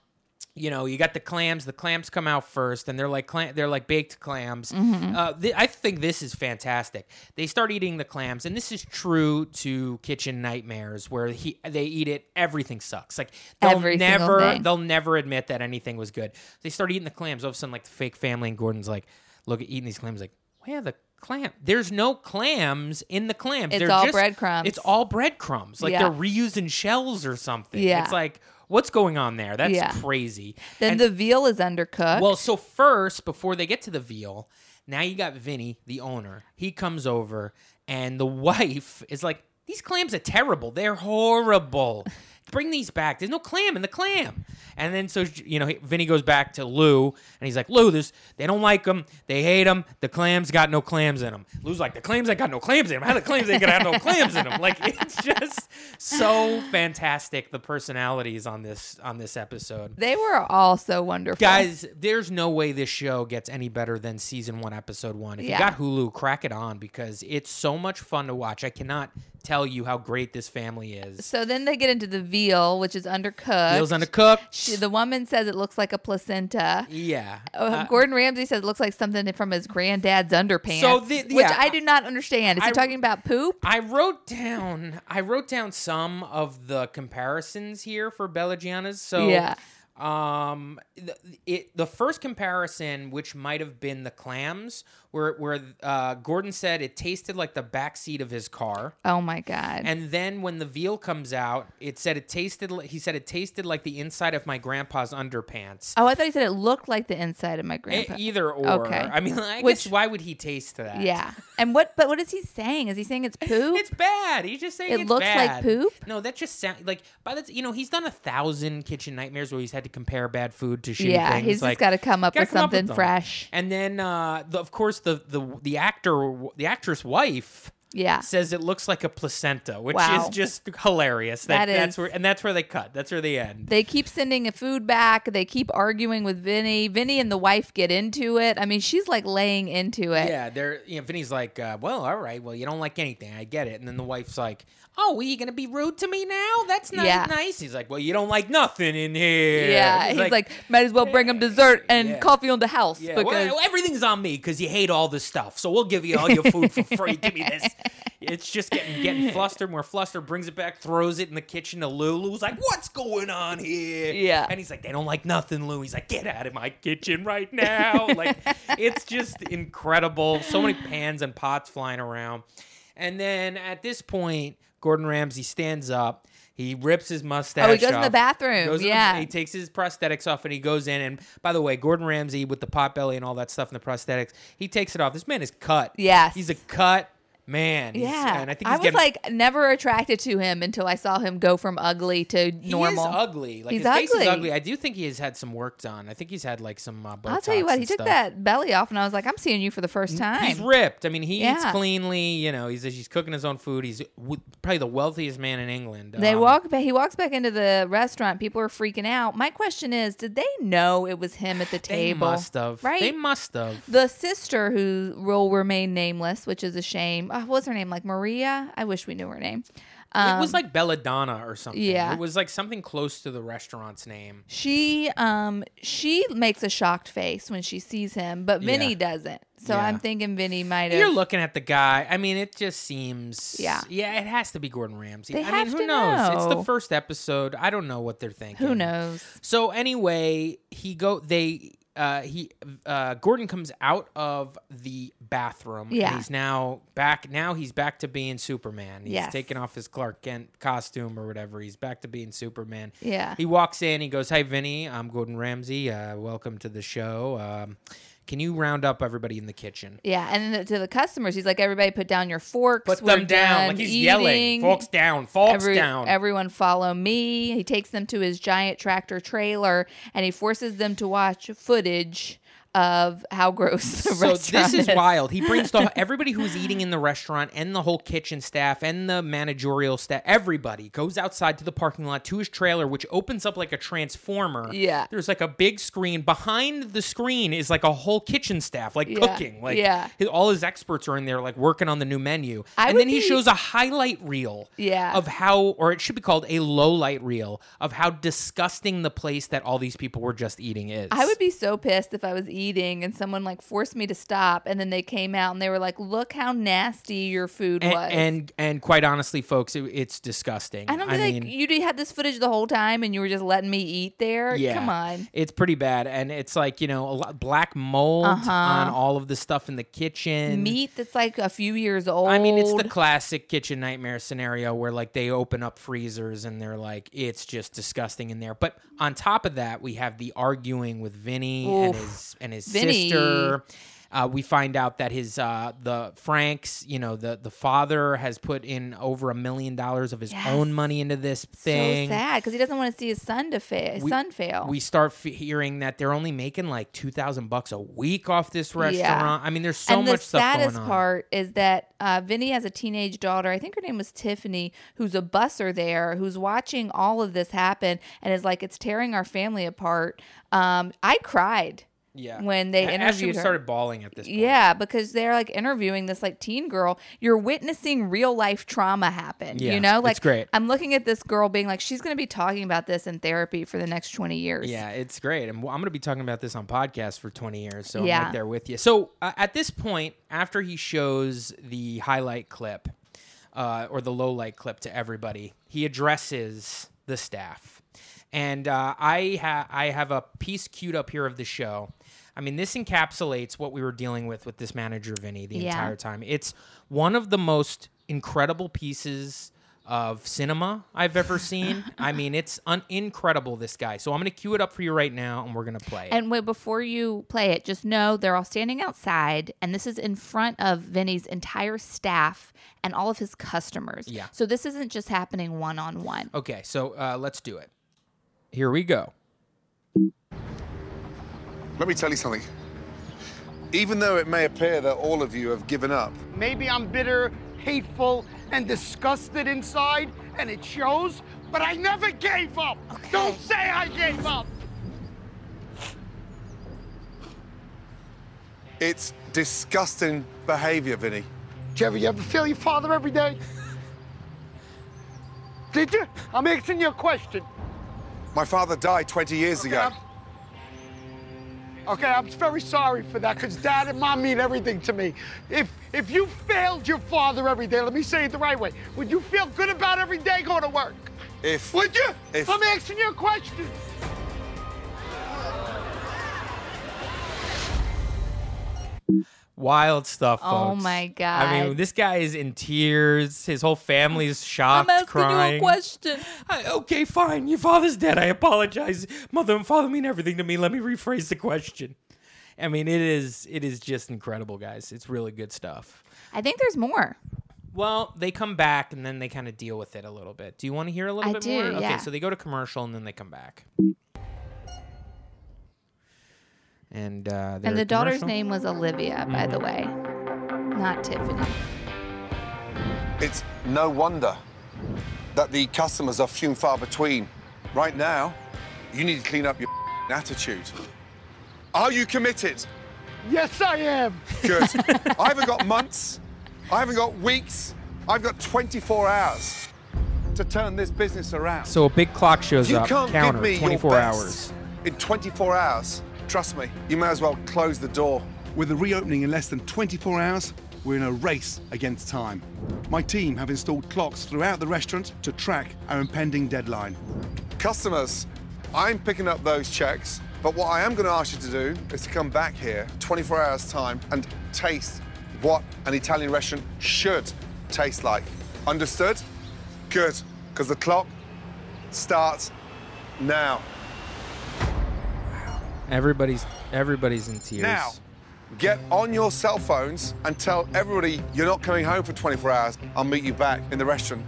[SPEAKER 1] You know, you got the clams. The clams come out first, and they're like clam- they're like baked clams.
[SPEAKER 2] Mm-hmm.
[SPEAKER 1] Uh, th- I think this is fantastic. They start eating the clams, and this is true to Kitchen Nightmares, where he they eat it. Everything sucks. Like they'll
[SPEAKER 2] Every single
[SPEAKER 1] never
[SPEAKER 2] thing.
[SPEAKER 1] they'll never admit that anything was good. They start eating the clams. All of a sudden, like the fake family and Gordon's like, look at eating these clams. Like, where are the clam? There's no clams in the clams.
[SPEAKER 2] It's
[SPEAKER 1] They're
[SPEAKER 2] all
[SPEAKER 1] just-
[SPEAKER 2] breadcrumbs.
[SPEAKER 1] It's all breadcrumbs. Like
[SPEAKER 2] Yeah.
[SPEAKER 1] they're reusing shells or something.
[SPEAKER 2] Yeah.
[SPEAKER 1] It's like, what's going on there? That's
[SPEAKER 2] Yeah.
[SPEAKER 1] crazy.
[SPEAKER 2] [LAUGHS] then
[SPEAKER 1] And-
[SPEAKER 2] the veal is undercooked.
[SPEAKER 1] well, so first, before they get to the veal, now you got Vinny, the owner. He comes [LAUGHS] over, and the wife is like, These clams are terrible. They're horrible. bring these back. There's no clam in the clam. And then so you know, Vinny goes back to Lou, and he's like, Lou, there's they don't like them, they hate them. The clams got no clams in them. Lou's like, the clams ain't got no clams in them. How the clams ain't gonna have no clams in them? [LAUGHS] Like it's just so fantastic. The personalities on this on this episode.
[SPEAKER 2] They were all so wonderful.
[SPEAKER 1] Guys, there's no way this show gets any better than season one, episode one. If
[SPEAKER 2] Yeah.
[SPEAKER 1] you got Hulu, crack it on because it's so much fun to watch. I cannot tell you how great this family is.
[SPEAKER 2] So then they get into the veal, which is undercooked.
[SPEAKER 1] Feels undercooked.
[SPEAKER 2] She, the woman says it looks like a placenta.
[SPEAKER 1] yeah.
[SPEAKER 2] Uh, Gordon Ramsay says it looks like something from his granddad's underpants,
[SPEAKER 1] So the-
[SPEAKER 2] which
[SPEAKER 1] yeah,
[SPEAKER 2] I do not understand. Is
[SPEAKER 1] I-
[SPEAKER 2] he talking about poop?
[SPEAKER 1] I wrote down I wrote down some of the comparisons here for Bellagiana's. So
[SPEAKER 2] Yeah.
[SPEAKER 1] um the, it the first comparison which might have been the clams where where uh Gordon said it tasted like the back seat of his car.
[SPEAKER 2] Oh my god!
[SPEAKER 1] And then when the veal comes out, it said it tasted li- he said it tasted like the inside of my grandpa's underpants.
[SPEAKER 2] oh, I thought he said it looked like the inside of my
[SPEAKER 1] E-
[SPEAKER 2] grandpa.
[SPEAKER 1] Either or.
[SPEAKER 2] Okay.
[SPEAKER 1] I mean, [LAUGHS] I
[SPEAKER 2] Which-
[SPEAKER 1] guess why would he taste that?
[SPEAKER 2] yeah. And what? But what is he saying? Is he saying it's poop?
[SPEAKER 1] It's bad. He's just saying
[SPEAKER 2] It
[SPEAKER 1] it's
[SPEAKER 2] looks like
[SPEAKER 1] bad.
[SPEAKER 2] poop?
[SPEAKER 1] No, that just sounds like by the t- you know he's done a thousand kitchen nightmares where he's had to compare bad food to shitty
[SPEAKER 2] yeah,
[SPEAKER 1] things.
[SPEAKER 2] he's
[SPEAKER 1] like,
[SPEAKER 2] just got to come up
[SPEAKER 1] gotta
[SPEAKER 2] with
[SPEAKER 1] come up with
[SPEAKER 2] something
[SPEAKER 1] them.
[SPEAKER 2] fresh.
[SPEAKER 1] And then uh, the, of course the the the actor the actress wife
[SPEAKER 2] Yeah.
[SPEAKER 1] says it looks like a placenta, which
[SPEAKER 2] Uh, Wow.
[SPEAKER 1] is just hilarious. That,
[SPEAKER 2] That
[SPEAKER 1] that's
[SPEAKER 2] is-
[SPEAKER 1] where and that's where they cut. That's where they end.
[SPEAKER 2] They keep sending food back. They keep arguing with Vinny. Vinny and the wife get into it. I mean, she's like laying into it.
[SPEAKER 1] Yeah, they're you know, Vinny's like, uh, well, all right, well, you don't like anything, I get it. And then the wife's like, oh, are you gonna be rude to me now? That's not
[SPEAKER 2] Yeah.
[SPEAKER 1] nice. He's like, well, you don't like nothing in here.
[SPEAKER 2] Yeah, he's like, might as well bring him dessert and
[SPEAKER 1] Yeah.
[SPEAKER 2] coffee on the house
[SPEAKER 1] yeah,
[SPEAKER 2] because
[SPEAKER 1] well, everything's on me because you hate all this stuff. So we'll give you all your food for free. give me
[SPEAKER 2] [LAUGHS]
[SPEAKER 1] this. It's just getting getting flustered. More flustered. Brings it back. Throws it in the kitchen to Lou. Lou's like, "What's going on here?"
[SPEAKER 2] Yeah.
[SPEAKER 1] and he's like, "They don't like nothing." Lou. He's like, "Get out of my kitchen right
[SPEAKER 2] [LAUGHS]
[SPEAKER 1] now!" like, it's just incredible. So many pans and pots flying around. And then at this point, Gordon Ramsay stands up. He rips his mustache.
[SPEAKER 2] Oh, goes in the
[SPEAKER 1] off,
[SPEAKER 2] bathroom,
[SPEAKER 1] goes in the-
[SPEAKER 2] yeah.
[SPEAKER 1] he he takes his prosthetics off and he goes in. And by the way, Gordon Ramsay with the pot belly and all that stuff and the prosthetics, he takes it off. This man is cut.
[SPEAKER 2] Yes.
[SPEAKER 1] He's a cut man. He's-
[SPEAKER 2] yeah,
[SPEAKER 1] and I
[SPEAKER 2] I,
[SPEAKER 1] think he's
[SPEAKER 2] was
[SPEAKER 1] getting,
[SPEAKER 2] like never attracted to him until I saw him go from ugly to
[SPEAKER 1] he
[SPEAKER 2] normal.
[SPEAKER 1] is ugly. Like
[SPEAKER 2] He's
[SPEAKER 1] his face is
[SPEAKER 2] ugly.
[SPEAKER 1] ugly. I do think he has had some work done. I think he's had like some. Uh,
[SPEAKER 2] I'll tell you
[SPEAKER 1] Botox
[SPEAKER 2] what,
[SPEAKER 1] and
[SPEAKER 2] he took
[SPEAKER 1] stuff.
[SPEAKER 2] that belly off, and I was like, I'm seeing you for the first time.
[SPEAKER 1] He's ripped. I mean, he eats
[SPEAKER 2] Yeah.
[SPEAKER 1] cleanly. You know, he's he's cooking his own food. He's w- probably the wealthiest man in England.
[SPEAKER 2] They
[SPEAKER 1] Um,
[SPEAKER 2] walk back. He walks back into the restaurant. People are freaking out. My question is, did they know it was him at the
[SPEAKER 1] They
[SPEAKER 2] table?
[SPEAKER 1] must have.
[SPEAKER 2] right?
[SPEAKER 1] They must have.
[SPEAKER 2] the sister who will remain nameless, which is a shame. Oh, what was her name? Like Maria? I wish we knew her name.
[SPEAKER 1] it was like Belladonna or something.
[SPEAKER 2] Um, yeah.
[SPEAKER 1] It was like something close to the restaurant's name.
[SPEAKER 2] She um she makes a shocked face when she sees him, but Vinny
[SPEAKER 1] Yeah.
[SPEAKER 2] doesn't. So
[SPEAKER 1] Yeah.
[SPEAKER 2] I'm thinking Vinny might have.
[SPEAKER 1] You're looking at the guy. I mean, it just seems.
[SPEAKER 2] Yeah.
[SPEAKER 1] Yeah, it has to be Gordon Ramsay.
[SPEAKER 2] They
[SPEAKER 1] I
[SPEAKER 2] have
[SPEAKER 1] mean, who
[SPEAKER 2] to
[SPEAKER 1] knows? It's the
[SPEAKER 2] know.
[SPEAKER 1] first episode. I don't know what they're thinking.
[SPEAKER 2] who knows?
[SPEAKER 1] So anyway, he go they uh he uh Gordon comes out of the bathroom.
[SPEAKER 2] Yeah.
[SPEAKER 1] And he's now back now he's back to being Superman. He's
[SPEAKER 2] Yes.
[SPEAKER 1] taken off his Clark Kent costume or whatever. He's back to being Superman.
[SPEAKER 2] Yeah.
[SPEAKER 1] He walks in, he goes, Hi Vinny, I'm Gordon Ramsay. Uh welcome to the show. Um can you round up everybody in the kitchen?
[SPEAKER 2] Yeah, and then to the customers, he's like, "Everybody, put down your forks.
[SPEAKER 1] Put
[SPEAKER 2] we're
[SPEAKER 1] them down.
[SPEAKER 2] done
[SPEAKER 1] Like he's
[SPEAKER 2] eating.
[SPEAKER 1] yelling, forks down, forks
[SPEAKER 2] Every-
[SPEAKER 1] down.
[SPEAKER 2] Everyone follow me. He takes them to his giant tractor trailer and he forces them to watch footage of how gross [LAUGHS] the
[SPEAKER 1] so
[SPEAKER 2] restaurant
[SPEAKER 1] this is wild. He brings
[SPEAKER 2] [LAUGHS]
[SPEAKER 1] the, everybody who's eating in the restaurant and the whole kitchen staff and the managerial staff. Everybody goes outside to the parking lot to his trailer, which opens up like a transformer.
[SPEAKER 2] Yeah.
[SPEAKER 1] there's like a big screen. Behind the screen is like a whole kitchen staff, like
[SPEAKER 2] Yeah.
[SPEAKER 1] cooking. Like
[SPEAKER 2] Yeah.
[SPEAKER 1] his- all his experts are in there, like working on the new menu.
[SPEAKER 2] I
[SPEAKER 1] and
[SPEAKER 2] would
[SPEAKER 1] then he
[SPEAKER 2] be-
[SPEAKER 1] shows a highlight reel.
[SPEAKER 2] Yeah.
[SPEAKER 1] of how, or it should be called a low light reel of how disgusting the place that all these people were just eating is.
[SPEAKER 2] I would be so pissed if I was eating and someone like forced me to stop and then they came out and they were like, "Look how nasty your food
[SPEAKER 1] and,
[SPEAKER 2] was."
[SPEAKER 1] and and quite honestly, folks, it, it's disgusting.
[SPEAKER 2] and I'm
[SPEAKER 1] I
[SPEAKER 2] like,
[SPEAKER 1] mean,
[SPEAKER 2] "You did- had this footage the whole time and you were just letting me eat there?
[SPEAKER 1] yeah,
[SPEAKER 2] Come on."
[SPEAKER 1] it's pretty bad, and it's like you know a lot, black mold
[SPEAKER 2] Uh-huh.
[SPEAKER 1] on all of the stuff in the kitchen.
[SPEAKER 2] Meat that's like a few years old.
[SPEAKER 1] I mean, it's the classic kitchen nightmare scenario where like they open up freezers and they're like, it's just disgusting in there. But on top of that, we have the arguing with Vinny and
[SPEAKER 2] Oof.
[SPEAKER 1] his and his
[SPEAKER 2] Vinny.
[SPEAKER 1] sister. Uh, we find out that his uh, the Franks, you know, the the father has put in over a million dollars of his
[SPEAKER 2] Yes.
[SPEAKER 1] own money into this thing.
[SPEAKER 2] So sad because he doesn't want to see his son to fail. His
[SPEAKER 1] We-
[SPEAKER 2] son fail.
[SPEAKER 1] We start f- hearing that they're only making like two thousand bucks a week off this restaurant. I mean, there's so
[SPEAKER 2] and
[SPEAKER 1] much
[SPEAKER 2] the
[SPEAKER 1] stuff
[SPEAKER 2] saddest
[SPEAKER 1] going on.
[SPEAKER 2] part is that uh, Vinny has a teenage daughter. I think her name was Tiffany, who's a busser there, who's watching all of this happen, and is like, "It's tearing our family apart." Um, I cried
[SPEAKER 1] yeah,
[SPEAKER 2] when they
[SPEAKER 1] A-
[SPEAKER 2] interviewed
[SPEAKER 1] Ashley
[SPEAKER 2] her.
[SPEAKER 1] started bawling at this. Point.
[SPEAKER 2] Yeah, because they're like interviewing this like teen girl. You're witnessing real life trauma happen.
[SPEAKER 1] Yeah,
[SPEAKER 2] you know,
[SPEAKER 1] it's
[SPEAKER 2] like
[SPEAKER 1] great.
[SPEAKER 2] I'm looking at this girl being like, she's going to be talking about this in therapy for the next 20 years.
[SPEAKER 1] Yeah, it's great. And I'm going to be talking about this on podcasts for 20 years, so I'm
[SPEAKER 2] Yeah.
[SPEAKER 1] right there with you. So uh, at this point, after he shows the highlight clip uh, or the low light clip to everybody, he addresses the staff. And uh, I ha- I have a piece queued up here of the show. I mean, this encapsulates what we were dealing with with this manager Vinny the
[SPEAKER 2] Yeah.
[SPEAKER 1] entire time. It's one of the most incredible pieces of cinema I've ever seen. I
[SPEAKER 2] [LAUGHS]
[SPEAKER 1] mean, it's un- incredible, this guy. So I'm going to cue it up for you right now and we're going to play it.
[SPEAKER 2] And wait, before you play it, just know they're all standing outside, and this is in front of Vinny's entire staff and all of his customers.
[SPEAKER 1] Yeah.
[SPEAKER 2] So this isn't just happening one on one.
[SPEAKER 1] okay, so uh, let's do it. Here we go.
[SPEAKER 3] Let me tell you something. Even though it may appear that all of you have given up,
[SPEAKER 4] Maybe I'm bitter, hateful, and disgusted inside, and it shows, but I never gave up. Don't say I gave up.
[SPEAKER 3] it's disgusting behavior, Vinny.
[SPEAKER 4] Jerry, you ever feel your father every day? Did you? I'm asking you a question.
[SPEAKER 3] My father died 20 years
[SPEAKER 4] Okay,
[SPEAKER 3] ago.
[SPEAKER 4] I'm- Okay, I'm very sorry for that, because dad and mom mean everything to me. If if you failed your father every day, let me say it the right way, would you feel good about every day going to work?
[SPEAKER 3] If
[SPEAKER 4] Would you?
[SPEAKER 3] If
[SPEAKER 4] I'm asking you a question.
[SPEAKER 1] Wild stuff,
[SPEAKER 2] Oh
[SPEAKER 1] folks.
[SPEAKER 2] my
[SPEAKER 1] I mean,
[SPEAKER 2] God.
[SPEAKER 1] this guy is in tears. His whole family's shocked,
[SPEAKER 2] I'm asking
[SPEAKER 1] crying.
[SPEAKER 2] you a question.
[SPEAKER 1] I, okay, fine. Your father's dead. I apologize. Mother and father mean everything to me. Let me rephrase the question. I mean, it is it is just incredible, guys. It's really good stuff.
[SPEAKER 2] I think there's more.
[SPEAKER 1] Well, they come back and then they kind of deal with it a little bit. Do you want to hear a little
[SPEAKER 2] I
[SPEAKER 1] bit
[SPEAKER 2] do,
[SPEAKER 1] more? Okay,
[SPEAKER 2] yeah.
[SPEAKER 1] so they go to commercial and then they come back. And uh, they're
[SPEAKER 2] And the
[SPEAKER 1] at
[SPEAKER 2] daughter's
[SPEAKER 1] commercial. Mm-hmm.
[SPEAKER 2] name was Olivia, by the way, not Tiffany.
[SPEAKER 3] it's no wonder that the customers are few and far between. Right now, you need to clean up your [LAUGHS] attitude. Are you committed?
[SPEAKER 4] Yes, I am. [LAUGHS]
[SPEAKER 3] Good. I haven't got months. I haven't got weeks. I've got 24 hours to turn this business around.
[SPEAKER 1] So a big clock shows
[SPEAKER 3] You
[SPEAKER 1] up.
[SPEAKER 3] can't
[SPEAKER 1] counter
[SPEAKER 3] give me
[SPEAKER 1] 24
[SPEAKER 3] your best
[SPEAKER 1] hours.
[SPEAKER 3] In 24 hours, trust me, you may as well close the door.
[SPEAKER 5] With the reopening in less than 24 hours, we're in a race against time. My team have installed clocks throughout the restaurant to track our impending deadline.
[SPEAKER 3] Customers, I'm picking up those checks, but what I am going to ask you to do is to come back here 24 hours time and taste what an Italian restaurant should taste like. Understood? Good, because the clock starts now.
[SPEAKER 1] Everybody's everybody's in tears.
[SPEAKER 3] Now, get on your cell phones and tell everybody you're not coming home for 24 hours. I'll meet you back in the restaurant.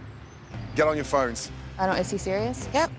[SPEAKER 3] Get on your phones.
[SPEAKER 6] I don't. Is he serious? Yep.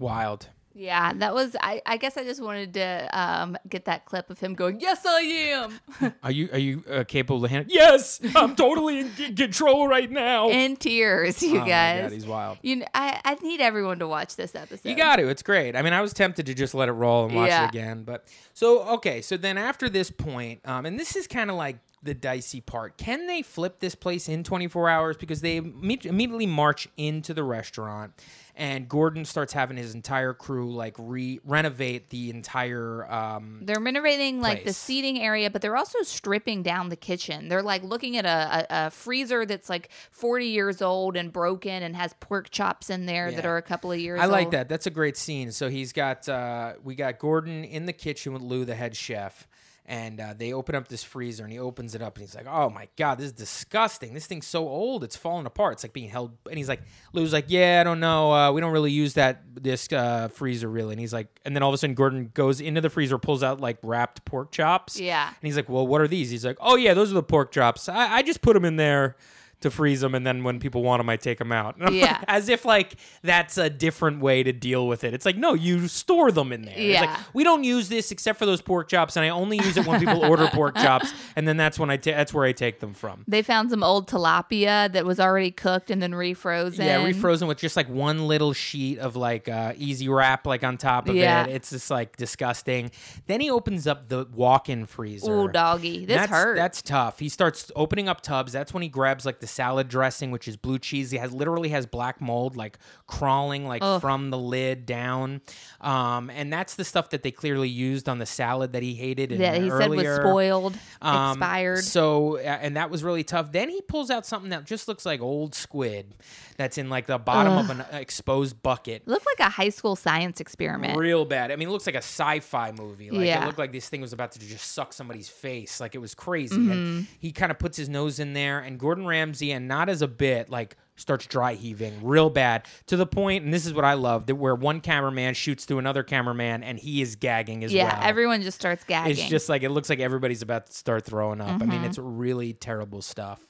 [SPEAKER 1] Wild.
[SPEAKER 2] Yeah, that was. I, I guess I just wanted to um, get that clip of him going, Yes, I [LAUGHS] am,
[SPEAKER 1] Are you are you uh, capable of handling? Yes, I'm totally in c- control right now.
[SPEAKER 2] in tears, you
[SPEAKER 1] Oh my
[SPEAKER 2] guys.
[SPEAKER 1] God, he's wild.
[SPEAKER 2] You know, I, I need everyone to watch this episode.
[SPEAKER 1] You got to. It's great. I mean, I was tempted to just let it roll and watch
[SPEAKER 2] Yeah.
[SPEAKER 1] it again, but so okay. So then after this point, um, and this is kind of like the dicey part. Can they flip this place in 24 hours? Because they imme- immediately march into the restaurant, and Gordon starts having his entire crew like re renovate the entire. Um,
[SPEAKER 2] They're renovating like the
[SPEAKER 1] place.
[SPEAKER 2] seating area, but they're also stripping down the kitchen. They're like looking at a, a, a freezer that's like 40 years old and broken and has pork chops in there that
[SPEAKER 1] Yeah.
[SPEAKER 2] are a couple of years
[SPEAKER 1] I
[SPEAKER 2] old.
[SPEAKER 1] like that. That's a great scene. So he's got uh, we got Gordon in the kitchen with Lou, the head chef. And uh, they open up this freezer, and he opens it up, and he's like, "Oh my god, this is disgusting. This thing's so old; it's falling apart. It's like being held." And he's like, "Lou's like, yeah, I don't know. Uh, we don't really use that this uh, freezer really." And he's like, and then all of a sudden, Gordon goes into the freezer, pulls out like wrapped pork chops.
[SPEAKER 2] Yeah.
[SPEAKER 1] And he's like, "Well, what are these?" He's like, "Oh yeah, those are the pork chops. I, I just put them in there." To freeze them, and then when people want them, I take them out. [LAUGHS] And I'm like,
[SPEAKER 2] Yeah.
[SPEAKER 1] as if like that's a different way to deal with it. It's like no, you store them in there. It's
[SPEAKER 2] Yeah.
[SPEAKER 1] like we don't use this except for those pork chops, and I only use it when people
[SPEAKER 2] [LAUGHS]
[SPEAKER 1] order pork chops, and then that's when I ta- that's where I take them from.
[SPEAKER 2] They found some old tilapia that was already cooked and then refrozen.
[SPEAKER 1] Yeah, refrozen with just like one little sheet of like uh, easy wrap like on top of
[SPEAKER 2] Yeah.
[SPEAKER 1] it. It's just like disgusting. Then he opens up the walk-in freezer.
[SPEAKER 2] Ooh, doggy. This
[SPEAKER 1] that's,
[SPEAKER 2] hurts.
[SPEAKER 1] That's tough. He starts opening up tubs. That's when he grabs like the salad dressing, which is blue cheese. He has literally has black mold like crawling like from the lid down, um, and that's the stuff that they clearly used on the salad that he hated. in
[SPEAKER 2] that
[SPEAKER 1] the
[SPEAKER 2] he
[SPEAKER 1] earlier.
[SPEAKER 2] said was spoiled,
[SPEAKER 1] Um,
[SPEAKER 2] expired.
[SPEAKER 1] So, uh, and that was really tough. Then he pulls out something that just looks like old squid that's in like the bottom of an uh, exposed bucket.
[SPEAKER 2] Looked like a high school science experiment.
[SPEAKER 1] Real bad. I mean, it looks like a sci-fi movie. Like
[SPEAKER 2] Yeah.
[SPEAKER 1] it looked like this thing was about to just suck somebody's face. Like it was crazy.
[SPEAKER 2] Mm-hmm.
[SPEAKER 1] And he kind of puts his nose in there, and Gordon Ramsay, and not as a bit, like starts dry heaving real bad to the point, and this is what I love that where one cameraman shoots through another cameraman, and he is gagging as
[SPEAKER 2] yeah,
[SPEAKER 1] well.
[SPEAKER 2] everyone just starts gagging.
[SPEAKER 1] It's just like it looks like everybody's about to start throwing up. I mean, it's really terrible stuff.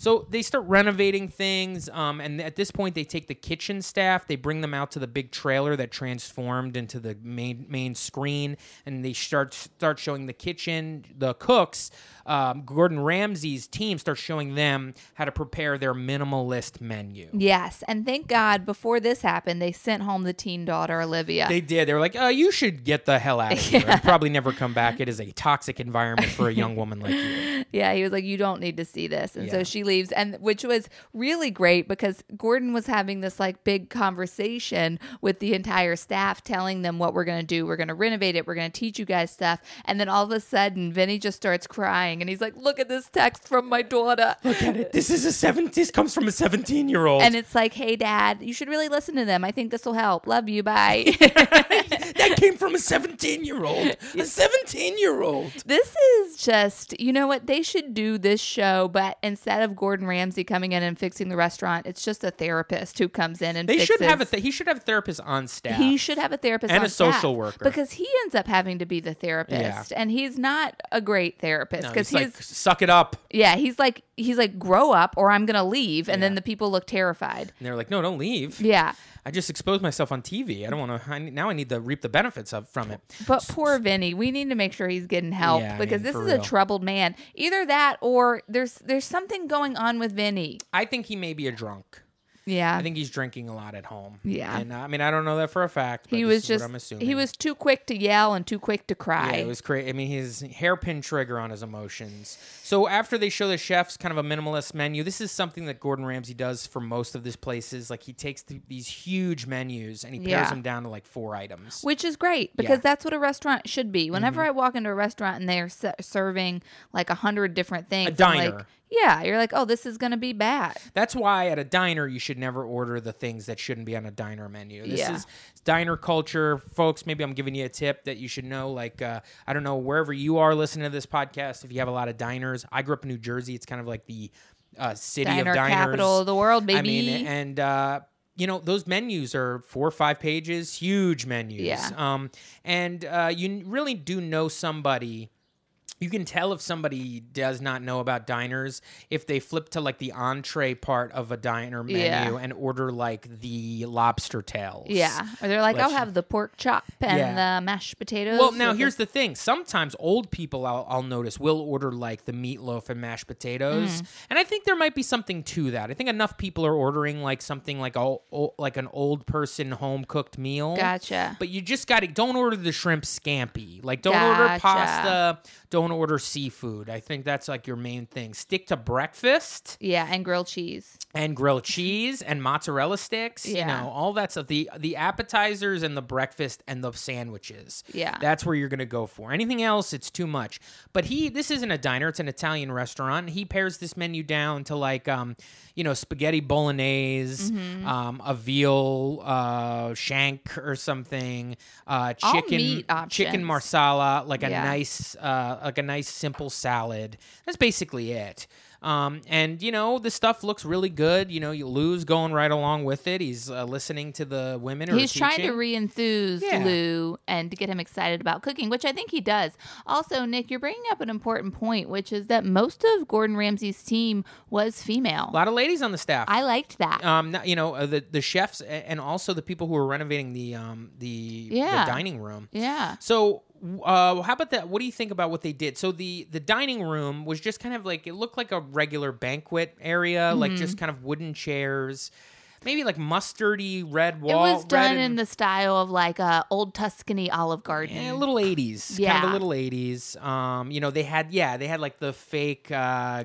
[SPEAKER 1] So they start renovating things, um, and at this point, they take the kitchen staff. They bring them out to the big trailer that transformed into the main main screen, and they start start showing the kitchen. The cooks, um, Gordon Ramsay's team, starts showing them how to prepare their minimalist menu.
[SPEAKER 2] yes, and thank God before this happened, they sent home the teen daughter Olivia.
[SPEAKER 1] They did. They were like, "Uh, you should get the hell out of here. and Probably never come back. It is a toxic environment for a young woman like you."
[SPEAKER 2] Yeah, he was like, You don't need to see this. And
[SPEAKER 1] Yeah.
[SPEAKER 2] so she leaves, and which was really great because Gordon was having this like big conversation with the entire staff, telling them what we're going to do. We're going to renovate it. We're going to teach you guys stuff. And then all of a sudden, Vinny just starts crying and he's like, Look at this text from my daughter.
[SPEAKER 1] Get it? This is a seven. This comes from a seventeen-year-old.
[SPEAKER 2] And it's like, Hey, dad, you should really listen to them. I think this will help. Love you. Bye. [LAUGHS]
[SPEAKER 1] that came from a seventeen-year-old. A seventeen-year-old.
[SPEAKER 2] This is just, you know what? They should do this show, but instead of Gordon Ramsay coming in and fixing the restaurant, it's just a therapist who comes in and
[SPEAKER 1] They
[SPEAKER 2] fixes.
[SPEAKER 1] should have a. Th- he should have a therapist on staff.
[SPEAKER 2] He should have a therapist
[SPEAKER 1] And
[SPEAKER 2] on
[SPEAKER 1] a social
[SPEAKER 2] staff
[SPEAKER 1] worker.
[SPEAKER 2] because he ends up having to be the therapist, and he's not a great therapist
[SPEAKER 1] No,
[SPEAKER 2] because
[SPEAKER 1] he's like,
[SPEAKER 2] he's,
[SPEAKER 1] suck it up.
[SPEAKER 2] yeah he's like he's like grow up or I'm gonna leave, and then the people look terrified.
[SPEAKER 1] And they're like, no, don't leave.
[SPEAKER 2] Yeah,
[SPEAKER 1] I just exposed myself on TV. I don't want to. I, need- now I need to reap the benefits of from it.
[SPEAKER 2] but poor Vinny, we need to make sure he's getting help
[SPEAKER 1] Yeah, I
[SPEAKER 2] because
[SPEAKER 1] mean,
[SPEAKER 2] this
[SPEAKER 1] for
[SPEAKER 2] is
[SPEAKER 1] real.
[SPEAKER 2] a troubled man. Either that or there's there's something going on with Vinny.
[SPEAKER 1] I think he may be a drunk.
[SPEAKER 2] Yeah,
[SPEAKER 1] I think he's drinking a lot at home.
[SPEAKER 2] Yeah.
[SPEAKER 1] and uh, I mean I don't know that for a fact. But
[SPEAKER 2] he
[SPEAKER 1] this
[SPEAKER 2] was
[SPEAKER 1] is
[SPEAKER 2] just
[SPEAKER 1] What I'm assuming
[SPEAKER 2] he was too quick to yell and too quick to cry.
[SPEAKER 1] Yeah, it was crazy. I mean, his hairpin trigger on his emotions. So after they show the chefs kind of a minimalist menu, this is something that Gordon Ramsay does for most of these places. Like he takes th- these huge menus and he pairs
[SPEAKER 2] Yeah.
[SPEAKER 1] them down to like four items.
[SPEAKER 2] which is great because
[SPEAKER 1] Yeah. Mm-hmm.
[SPEAKER 2] that's what a restaurant should be. Whenever I walk into a restaurant and they're se- serving like a hundred different things, I'm like,
[SPEAKER 1] diner.
[SPEAKER 2] yeah, you're like, oh, this is gonna be bad.
[SPEAKER 1] That's why at a diner you should never order the things that shouldn't be on a diner menu. This
[SPEAKER 2] Yeah.
[SPEAKER 1] is diner culture, folks. Maybe I'm giving you a tip that you should know. Like uh, I don't know wherever you are listening to this podcast, if you have a lot of diners. I grew up in New Jersey. It's kind of like the uh, city
[SPEAKER 2] Diner
[SPEAKER 1] of diners,
[SPEAKER 2] capital of the world,
[SPEAKER 1] I mean,
[SPEAKER 2] baby.
[SPEAKER 1] and uh, you know those menus are four or five pages, huge menus.
[SPEAKER 2] Yeah.
[SPEAKER 1] Um, and uh, you really do know somebody you can tell if somebody does not know about diners if they flip to like the entree part of a diner menu
[SPEAKER 2] Yeah.
[SPEAKER 1] and order like the lobster tails.
[SPEAKER 2] Yeah, or they're like, I'll
[SPEAKER 1] Which-
[SPEAKER 2] have the pork chop and
[SPEAKER 1] Yeah.
[SPEAKER 2] the mashed potatoes.
[SPEAKER 1] Well, now
[SPEAKER 2] with
[SPEAKER 1] here's the thing. Sometimes old people, I'll, I'll notice, will order like the meatloaf and mashed potatoes,
[SPEAKER 2] Mm.
[SPEAKER 1] and I think there might be something to that. I think enough people are ordering like something like a like an old person home cooked meal.
[SPEAKER 2] Gotcha.
[SPEAKER 1] But you just got to don't order the shrimp scampi. Like don't order
[SPEAKER 2] Gotcha.
[SPEAKER 1] pasta. Don't don't order seafood. I think that's like your main thing. Stick to breakfast
[SPEAKER 2] Yeah, and grilled cheese.
[SPEAKER 1] and grilled cheese and mozzarella sticks.
[SPEAKER 2] Yeah.
[SPEAKER 1] You know, all that stuff. The the appetizers and the breakfast and the sandwiches.
[SPEAKER 2] Yeah.
[SPEAKER 1] That's where you're gonna go for. Anything else, it's too much. But he this isn't a diner, it's an Italian restaurant. He pairs this menu down to like um, you know, spaghetti bolognese,
[SPEAKER 2] Mm-hmm.
[SPEAKER 1] um, a veal uh shank or something, uh
[SPEAKER 2] All
[SPEAKER 1] chicken
[SPEAKER 2] meat
[SPEAKER 1] chicken
[SPEAKER 2] options.
[SPEAKER 1] marsala, like a
[SPEAKER 2] Yeah.
[SPEAKER 1] nice uh like a nice simple salad. That's basically it. Um, and you know the stuff looks really good. You know, you Lou's going right along with it. He's uh, listening to the women. Or
[SPEAKER 2] He's trying to
[SPEAKER 1] teaching.
[SPEAKER 2] re-enthuse
[SPEAKER 1] Yeah.
[SPEAKER 2] Lou and to get him excited about cooking, which I think he does. Also, Nick, you're bringing up an important point, which is that most of Gordon Ramsay's team was female.
[SPEAKER 1] a lot of ladies on the staff.
[SPEAKER 2] I liked that.
[SPEAKER 1] um, no- you know uh, the the chefs a- and also the people who are renovating the um the,
[SPEAKER 2] Yeah.
[SPEAKER 1] the dining room.
[SPEAKER 2] yeah.
[SPEAKER 1] So uh, how about that? What do you think about what they did? So the the dining room was just kind of like it looked like a regular banquet area, like
[SPEAKER 2] Mm-hmm.
[SPEAKER 1] just kind of wooden chairs, maybe like mustardy red wall.
[SPEAKER 2] it was
[SPEAKER 1] red
[SPEAKER 2] done
[SPEAKER 1] and-
[SPEAKER 2] in the style of like a old Tuscany Olive Garden.
[SPEAKER 1] Yeah, little eighties, kind of
[SPEAKER 2] Yeah.
[SPEAKER 1] the little eighties. Um, you know, they had yeah, they had like the fake uh,
[SPEAKER 2] Grapes.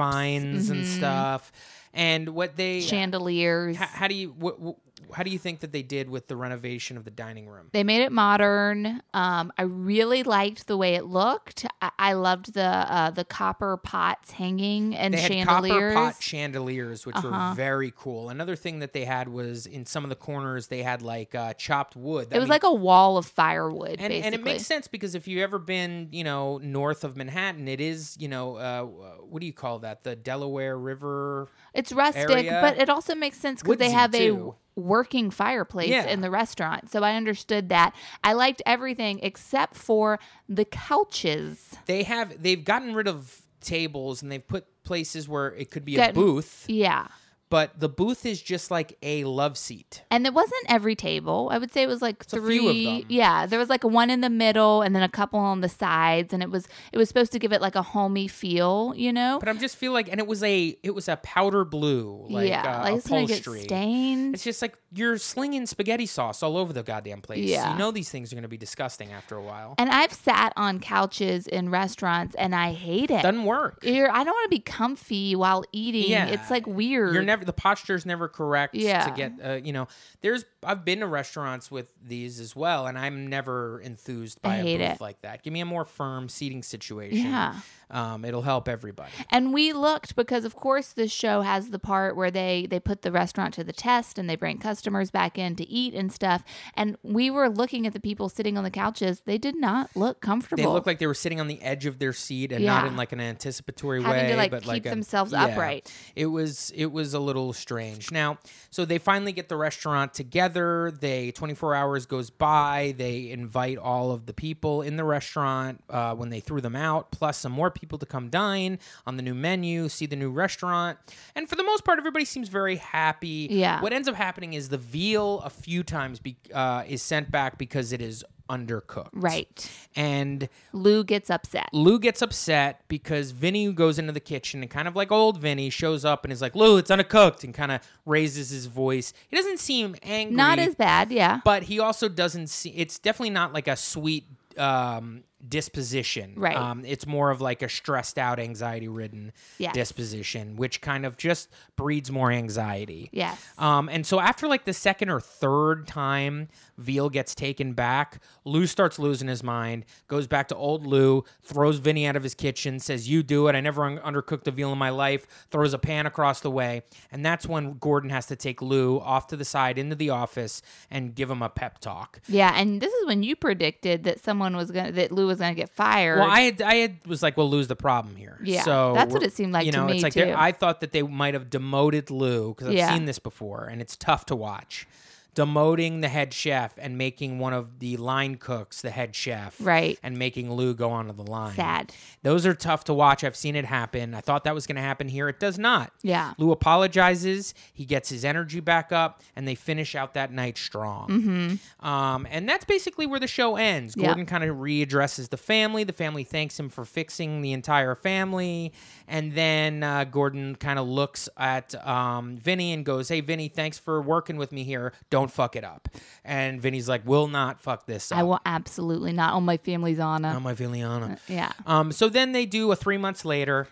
[SPEAKER 2] Mm-hmm.
[SPEAKER 1] grapevines and stuff. And what they
[SPEAKER 2] Chandeliers.
[SPEAKER 1] how, how do you what, what, how do you think that they did with the renovation of the dining room?
[SPEAKER 2] They made it modern. Um, I really liked the way it looked. I, I loved the uh, the copper pots hanging and
[SPEAKER 1] They had
[SPEAKER 2] chandeliers. Uh-huh.
[SPEAKER 1] copper pot chandeliers, which were very cool. Another thing that they had was in some of the corners they had like uh, chopped wood.
[SPEAKER 2] it was like a wall of firewood,
[SPEAKER 1] and,
[SPEAKER 2] basically.
[SPEAKER 1] and it makes sense because if you've ever been, you know, north of Manhattan, it is, you know, uh, what do you call that? The Delaware River.
[SPEAKER 2] It's rustic,
[SPEAKER 1] area.
[SPEAKER 2] but it also makes sense because they
[SPEAKER 1] Woodsy,
[SPEAKER 2] have
[SPEAKER 1] too.
[SPEAKER 2] a working fireplace
[SPEAKER 1] Yeah.
[SPEAKER 2] in the restaurant. So I understood that. I liked everything except for the couches.
[SPEAKER 1] they have they've gotten rid of tables and they've put places where it could be
[SPEAKER 2] Gotten-
[SPEAKER 1] a booth
[SPEAKER 2] Yeah.
[SPEAKER 1] but the booth is just like a love seat
[SPEAKER 2] And it wasn't every table. I would say it was like
[SPEAKER 1] a
[SPEAKER 2] three.
[SPEAKER 1] few of them.
[SPEAKER 2] Yeah, there was like one in the middle, and then a couple on the sides, and it was it was supposed to give it like a homey feel, you know.
[SPEAKER 1] but i'm just feel like and it was a it was a powder blue like
[SPEAKER 2] yeah,
[SPEAKER 1] uh,
[SPEAKER 2] like it's gonna get
[SPEAKER 1] upholstery
[SPEAKER 2] stained.
[SPEAKER 1] it's just like you're slinging spaghetti sauce all over the goddamn place
[SPEAKER 2] Yeah.
[SPEAKER 1] you know these things are going to be disgusting after a while
[SPEAKER 2] And I've sat on couches in restaurants, and I hate it.
[SPEAKER 1] doesn't work
[SPEAKER 2] You're, I don't want to be comfy while eating.
[SPEAKER 1] Yeah.
[SPEAKER 2] It's like weird.
[SPEAKER 1] You're never the posture's never correct
[SPEAKER 2] Yeah.
[SPEAKER 1] to get uh, you know. There's I've been to restaurants with these as well, and I'm never enthused by
[SPEAKER 2] I hate
[SPEAKER 1] a booth
[SPEAKER 2] it.
[SPEAKER 1] like that. Give me a more firm seating situation.
[SPEAKER 2] Yeah.
[SPEAKER 1] um, it'll help everybody.
[SPEAKER 2] And we looked because, of course, this show has the part where they they put the restaurant to the test and they bring customers back in to eat and stuff. And we were looking at the people sitting on the couches. They did not look comfortable.
[SPEAKER 1] They look like they were sitting on the edge of their seat and not
[SPEAKER 2] Yeah.
[SPEAKER 1] in like an anticipatory
[SPEAKER 2] Having
[SPEAKER 1] way,
[SPEAKER 2] to, like,
[SPEAKER 1] but
[SPEAKER 2] keep
[SPEAKER 1] like a-
[SPEAKER 2] themselves
[SPEAKER 1] yeah.
[SPEAKER 2] upright.
[SPEAKER 1] It was it was a little strange. Now, so they finally get the restaurant together. They 24 hours goes by. They invite all of the people in the restaurant uh, when they threw them out, plus some more people to come dine on the new menu, see the new restaurant, and for the most part, everybody seems very happy.
[SPEAKER 2] Yeah.
[SPEAKER 1] What ends up happening is the veal a few times be, uh, is sent back because it is undercooked.
[SPEAKER 2] right.
[SPEAKER 1] And
[SPEAKER 2] Lou gets upset.
[SPEAKER 1] Lou gets upset because Vinny goes into the kitchen and kind of like old Vinny shows up and is like, Lou, it's undercooked, and kind of raises his voice. He doesn't seem angry.
[SPEAKER 2] Not as bad, yeah.
[SPEAKER 1] But he also doesn't see, it's definitely not like a sweet um, disposition.
[SPEAKER 2] Right.
[SPEAKER 1] Um, it's more of like a stressed out, anxiety ridden
[SPEAKER 2] Yes.
[SPEAKER 1] disposition, which kind of just breeds more anxiety.
[SPEAKER 2] Yes.
[SPEAKER 1] Um, and so after like the second or third time Veal gets taken back, Lou starts losing his mind, goes back to old Lou, throws Vinny out of his kitchen, says, You do it. I never un- undercooked a veal in my life, throws a pan across the way. And that's when Gordon has to take Lou off to the side into the office and give him a pep talk.
[SPEAKER 2] yeah, and this is when you predicted that someone was gonna that Lou was gonna get fired.
[SPEAKER 1] Well, I had, I had was like, we'll lose the problem here.
[SPEAKER 2] Yeah,
[SPEAKER 1] so
[SPEAKER 2] that's what
[SPEAKER 1] we're-
[SPEAKER 2] it seemed like
[SPEAKER 1] You
[SPEAKER 2] to
[SPEAKER 1] know,
[SPEAKER 2] me,
[SPEAKER 1] it's like
[SPEAKER 2] too.
[SPEAKER 1] they're I thought that they might have demoted Lou because I've
[SPEAKER 2] Yeah.
[SPEAKER 1] seen this before, and it's tough to watch. Demoting the head chef and making one of the line cooks the head chef,
[SPEAKER 2] Right.
[SPEAKER 1] And making Lou go onto the line.
[SPEAKER 2] Sad.
[SPEAKER 1] Those are tough to watch. I've seen it happen. I thought that was going to happen here. It does not.
[SPEAKER 2] Yeah.
[SPEAKER 1] Lou apologizes. He gets his energy back up, and they finish out that night strong. Um, and that's basically where the show ends.
[SPEAKER 2] Mm-hmm. Yeah.
[SPEAKER 1] Gordon kind of readdresses the family. The family thanks him for fixing the entire family. And then uh, Gordon kind of looks at um, Vinny and goes, Hey, Vinny, thanks for working with me here. Don't don't fuck it up. And Vinny's like, will not fuck this up.
[SPEAKER 2] I will absolutely not. On my family's honor.
[SPEAKER 1] I'm my Villiana.
[SPEAKER 2] yeah.
[SPEAKER 1] Um, so then they do a three months later,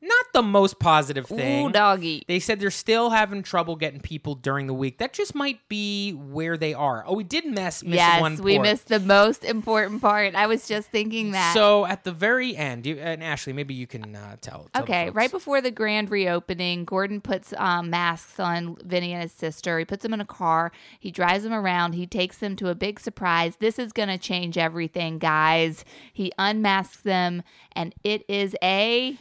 [SPEAKER 1] not the most positive thing.
[SPEAKER 2] Ooh, doggy.
[SPEAKER 1] They said they're still having trouble getting people during the week. That just might be where they are. Oh, we did mess miss
[SPEAKER 2] yes,
[SPEAKER 1] one.
[SPEAKER 2] we
[SPEAKER 1] port.
[SPEAKER 2] missed the most important part. I was just thinking that.
[SPEAKER 1] So at the very end, you, and Ashley, maybe you can uh, tell. tell the
[SPEAKER 2] Okay,
[SPEAKER 1] folks.
[SPEAKER 2] right before the grand reopening, Gordon puts um, masks on Vinny and his sister. He puts them in a car. He drives them around. He takes them to a big surprise. This is going to change everything, guys. He unmasks them, and it is a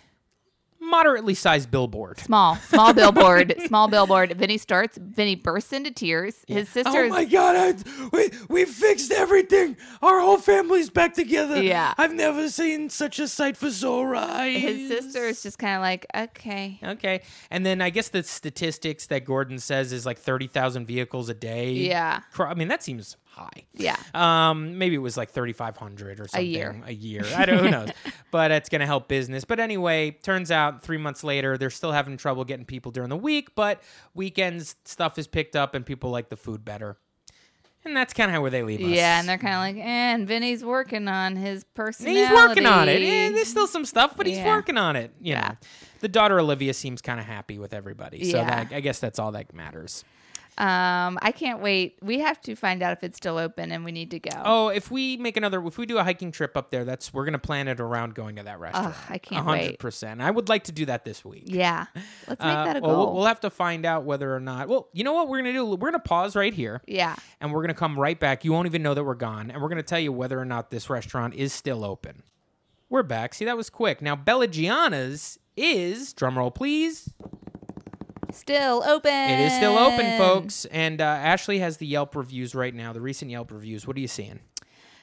[SPEAKER 1] moderately sized billboard.
[SPEAKER 2] small,
[SPEAKER 1] [LAUGHS]
[SPEAKER 2] small billboard. Small billboard. Vinny starts. Vinny bursts into tears. His sister
[SPEAKER 1] Oh
[SPEAKER 2] is
[SPEAKER 1] my god! I, we we fixed everything. Our whole family's back together.
[SPEAKER 2] Yeah.
[SPEAKER 1] I've never seen such a sight for sore eyes.
[SPEAKER 2] his sister is just kind of like, okay,
[SPEAKER 1] Okay, and then I guess the statistics that Gordon says is like thirty thousand vehicles a day.
[SPEAKER 2] Yeah.
[SPEAKER 1] Cro- I mean that seems high.
[SPEAKER 2] yeah.
[SPEAKER 1] Um, maybe it was like 3,500 or something
[SPEAKER 2] year.
[SPEAKER 1] A year. I don't who
[SPEAKER 2] [LAUGHS]
[SPEAKER 1] knows, but it's going to help business. But anyway, turns out three months later, they're still having trouble getting people during the week, but weekends stuff is picked up and people like the food better. And that's kind of how where they leave us.
[SPEAKER 2] Yeah, and they're kind of like, eh, and Vinny's working on his
[SPEAKER 1] And
[SPEAKER 2] personality.
[SPEAKER 1] he's working on it. Eh, there's still some stuff, but he's
[SPEAKER 2] Yeah.
[SPEAKER 1] working on it. You
[SPEAKER 2] Yeah.
[SPEAKER 1] know, the daughter Olivia seems kind of happy with everybody, so
[SPEAKER 2] Yeah.
[SPEAKER 1] that, I guess that's all that matters.
[SPEAKER 2] Um, I can't wait. We have to find out if it's still open, and we need to go.
[SPEAKER 1] Oh, if we make another, if we do a hiking trip up there, that's we're gonna plan it around going to that restaurant.
[SPEAKER 2] Ugh, I can't wait.
[SPEAKER 1] percent. I would like to do that this week.
[SPEAKER 2] yeah. Let's make
[SPEAKER 1] Uh,
[SPEAKER 2] that a
[SPEAKER 1] well,
[SPEAKER 2] goal.
[SPEAKER 1] We'll, we'll have to find out whether or not. Well, you know what we're gonna do? We're gonna pause right here.
[SPEAKER 2] yeah.
[SPEAKER 1] And we're gonna come right back. You won't even know that we're gone, and we're gonna tell you whether or not this restaurant is still open. We're back. See, that was quick. Now Bella Gianna's is drumroll, please.
[SPEAKER 2] Still open.
[SPEAKER 1] It is still open, folks. And uh, Ashley has the Yelp reviews right now. The recent Yelp reviews. What are you seeing?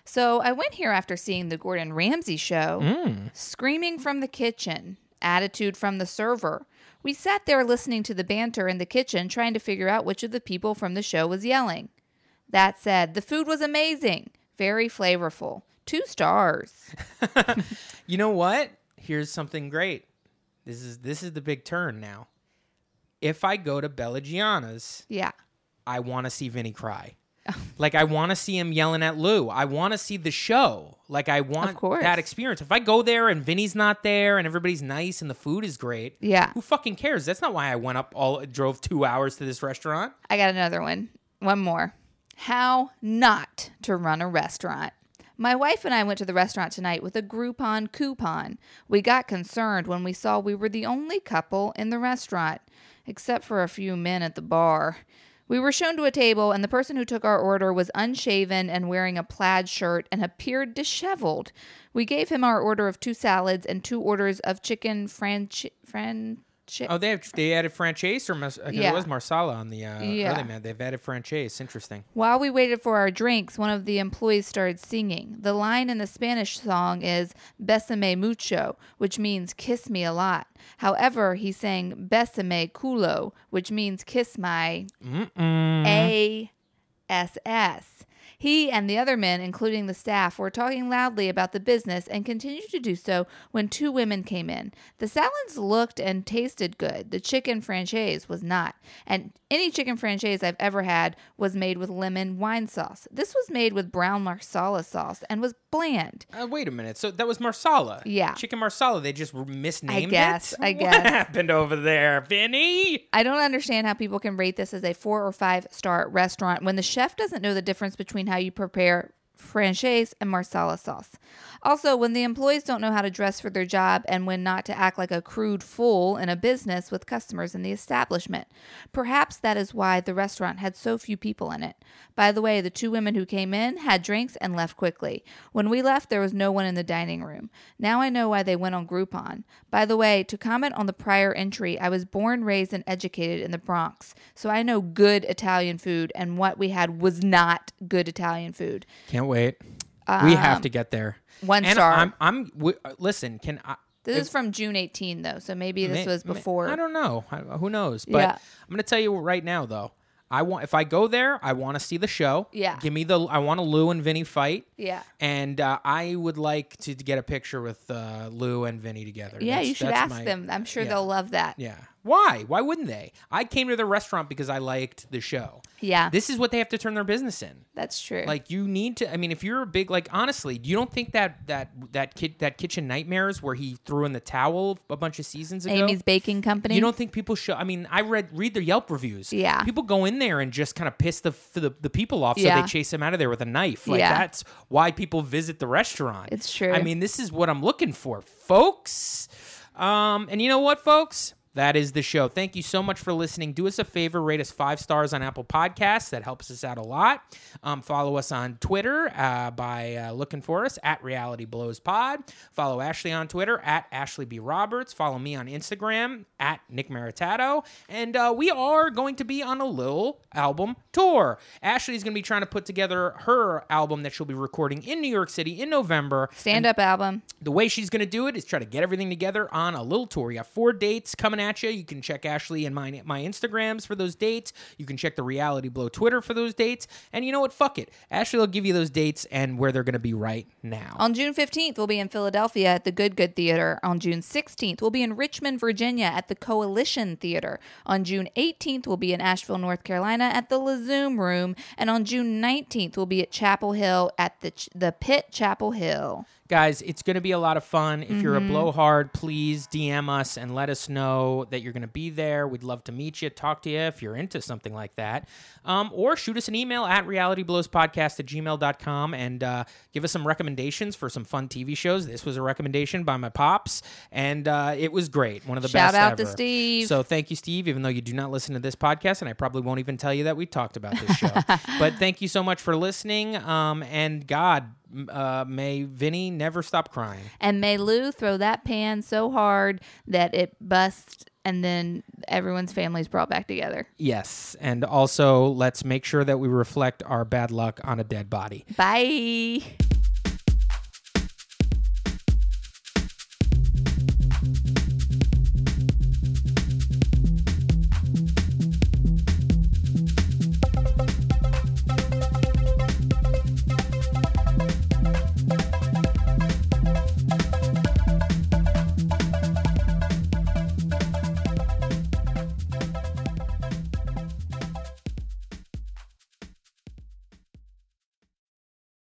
[SPEAKER 2] So I went here after seeing the Gordon Ramsay show. Screaming from the kitchen, attitude from the server. We sat there listening to the banter in the kitchen, trying to figure out which of the people from the show was yelling. That said, the food was amazing, very flavorful. Two stars.
[SPEAKER 1] You know what? Here's something great. This is this is the big turn now. If I go to Bella Gianna's,
[SPEAKER 2] Yeah.
[SPEAKER 1] I want to see Vinny cry.
[SPEAKER 2] Oh.
[SPEAKER 1] like I want to see him yelling at Lou. I want to see the show. Like I want
[SPEAKER 2] course.
[SPEAKER 1] that experience. If I go there and Vinny's not there and everybody's nice and the food is great,
[SPEAKER 2] Yeah.
[SPEAKER 1] who fucking cares? That's not why I went up all drove 2 hours to this restaurant.
[SPEAKER 2] I got another one. One more. How not to run a restaurant. My wife and I went to the restaurant tonight with a Groupon coupon. We got concerned when we saw we were the only couple in the restaurant, except for a few men at the bar. We were shown to a table, and the person who took our order was unshaven and wearing a plaid shirt and appeared disheveled. We gave him our order of two salads and two orders of chicken franchi- franchi-
[SPEAKER 1] Oh, they have, they added Franchise or Mas-
[SPEAKER 2] Yeah.
[SPEAKER 1] it was Marsala on the uh,
[SPEAKER 2] Yeah.
[SPEAKER 1] early man. They've added Franchise. Interesting.
[SPEAKER 2] While we waited for our drinks, one of the employees started singing. The line in the Spanish song is Besame mucho, which means kiss me a lot. However, he sang Besame culo, which means kiss my A S S. He and the other men, including the staff, were talking loudly about the business and continued to do so when two women came in. The salads looked and tasted good. The chicken franchise was not. And any chicken franchise I've ever had was made with lemon wine sauce. This was made with brown marsala sauce and was bland.
[SPEAKER 1] Uh, wait a minute. So that was Marsala.
[SPEAKER 2] Yeah.
[SPEAKER 1] Chicken Marsala. They just r- misnamed
[SPEAKER 2] guess,
[SPEAKER 1] it.
[SPEAKER 2] I
[SPEAKER 1] What
[SPEAKER 2] guess.
[SPEAKER 1] happened over there, Vinny?
[SPEAKER 2] I don't understand how people can rate this as a four or five star restaurant when the chef doesn't know the difference between how you prepare franchise and marsala sauce. Also, when the employees don't know how to dress for their job and when not to act like a crude fool in a business with customers in the establishment. Perhaps that is why the restaurant had so few people in it. By the way, the two women who came in had drinks and left quickly. When we left, there was no one in the dining room. Now I know why they went on Groupon. By the way, to comment on the prior entry, I was born, raised, and educated in the Bronx, so I know good Italian food, and what we had was not good Italian food.
[SPEAKER 1] Can't wait. we have to get there.
[SPEAKER 2] one
[SPEAKER 1] And
[SPEAKER 2] star.
[SPEAKER 1] I'm. I'm w- uh, listen. Can I?
[SPEAKER 2] This is from June 18, though, so maybe this
[SPEAKER 1] may-
[SPEAKER 2] was
[SPEAKER 1] may-
[SPEAKER 2] before.
[SPEAKER 1] I don't know. I- who knows? But
[SPEAKER 2] Yeah.
[SPEAKER 1] I'm gonna tell you right now, though. I want if I go there, I want to see the show.
[SPEAKER 2] Yeah.
[SPEAKER 1] Give me the. I want a Lou and Vinny fight.
[SPEAKER 2] Yeah.
[SPEAKER 1] And uh, I would like to, get a picture with uh, Lou and Vinny together.
[SPEAKER 2] yeah,
[SPEAKER 1] That's-
[SPEAKER 2] you should
[SPEAKER 1] that's
[SPEAKER 2] ask
[SPEAKER 1] my-
[SPEAKER 2] them. I'm sure
[SPEAKER 1] yeah.
[SPEAKER 2] they'll love that.
[SPEAKER 1] Yeah. Why? Why wouldn't they? I came to the restaurant because I liked the show.
[SPEAKER 2] Yeah.
[SPEAKER 1] This is what they have to turn their business in.
[SPEAKER 2] That's true.
[SPEAKER 1] Like you need to. I mean, if you're a big like, honestly, you don't think that that that kid that kitchen nightmares where he threw in the towel a bunch of seasons ago.
[SPEAKER 2] Amy's Baking Company.
[SPEAKER 1] You don't think people show? I mean, I read read their Yelp reviews.
[SPEAKER 2] Yeah.
[SPEAKER 1] people go in there and just kind of piss the the, the people off, so
[SPEAKER 2] Yeah.
[SPEAKER 1] they chase them out of there with a knife. Like
[SPEAKER 2] Yeah.
[SPEAKER 1] that's why people visit the restaurant.
[SPEAKER 2] It's true.
[SPEAKER 1] I mean, this is what I'm looking for, folks. Um, and you know what, folks. That is the show. Thank you so much for listening. Do us a favor, rate us five stars on Apple Podcasts. That helps us out a lot. Um, follow us on Twitter uh, by uh, looking for us at Reality Blows Pod. Follow Ashley on Twitter at Ashley B. Roberts. Follow me on Instagram at Nick Maritato. And uh, we are going to be on a little album tour. Ashley's going to be trying to put together her album that she'll be recording in New York City in November
[SPEAKER 2] Stand up album.
[SPEAKER 1] the way she's going to do it is try to get everything together on a little tour. You got four dates coming at you. You can check Ashley and my my Instagrams for those dates. You can check the Reality Blow Twitter for those dates. And you know what? Fuck it. Ashley will give you those dates and where they're going to be right now.
[SPEAKER 2] On June 15th, we'll be in Philadelphia at the Good Good Theater. On June 16th, we'll be in Richmond, Virginia at the Coalition Theater. On June 18th, we'll be in Asheville, North Carolina at the Lazoom Room. And on June 19th, we'll be at Chapel Hill at the, Ch- the Pitt Chapel Hill.
[SPEAKER 1] Guys, it's going to be a lot of fun. If you're a
[SPEAKER 2] Mm-hmm.
[SPEAKER 1] blowhard, please DM us and let us know that you're going to be there. We'd love to meet you, talk to you if you're into something like that. Um, or shoot us an email at realityblowspodcast at gmail.com and uh, give us some recommendations for some fun TV shows. This was a recommendation by my pops, and uh, it was great. One of the
[SPEAKER 2] Shout
[SPEAKER 1] best
[SPEAKER 2] out to
[SPEAKER 1] ever.
[SPEAKER 2] Steve.
[SPEAKER 1] So thank you, Steve, even though you do not listen to this podcast, and I probably won't even tell you that we talked about this show. but thank you so much for listening. Um, and God, m- uh, may Vinny never stop crying.
[SPEAKER 2] And may Lou throw that pan so hard that it busts and then everyone's family's brought back together.
[SPEAKER 1] Yes. And also, let's make sure that we reflect our bad luck on a dead body.
[SPEAKER 2] Bye.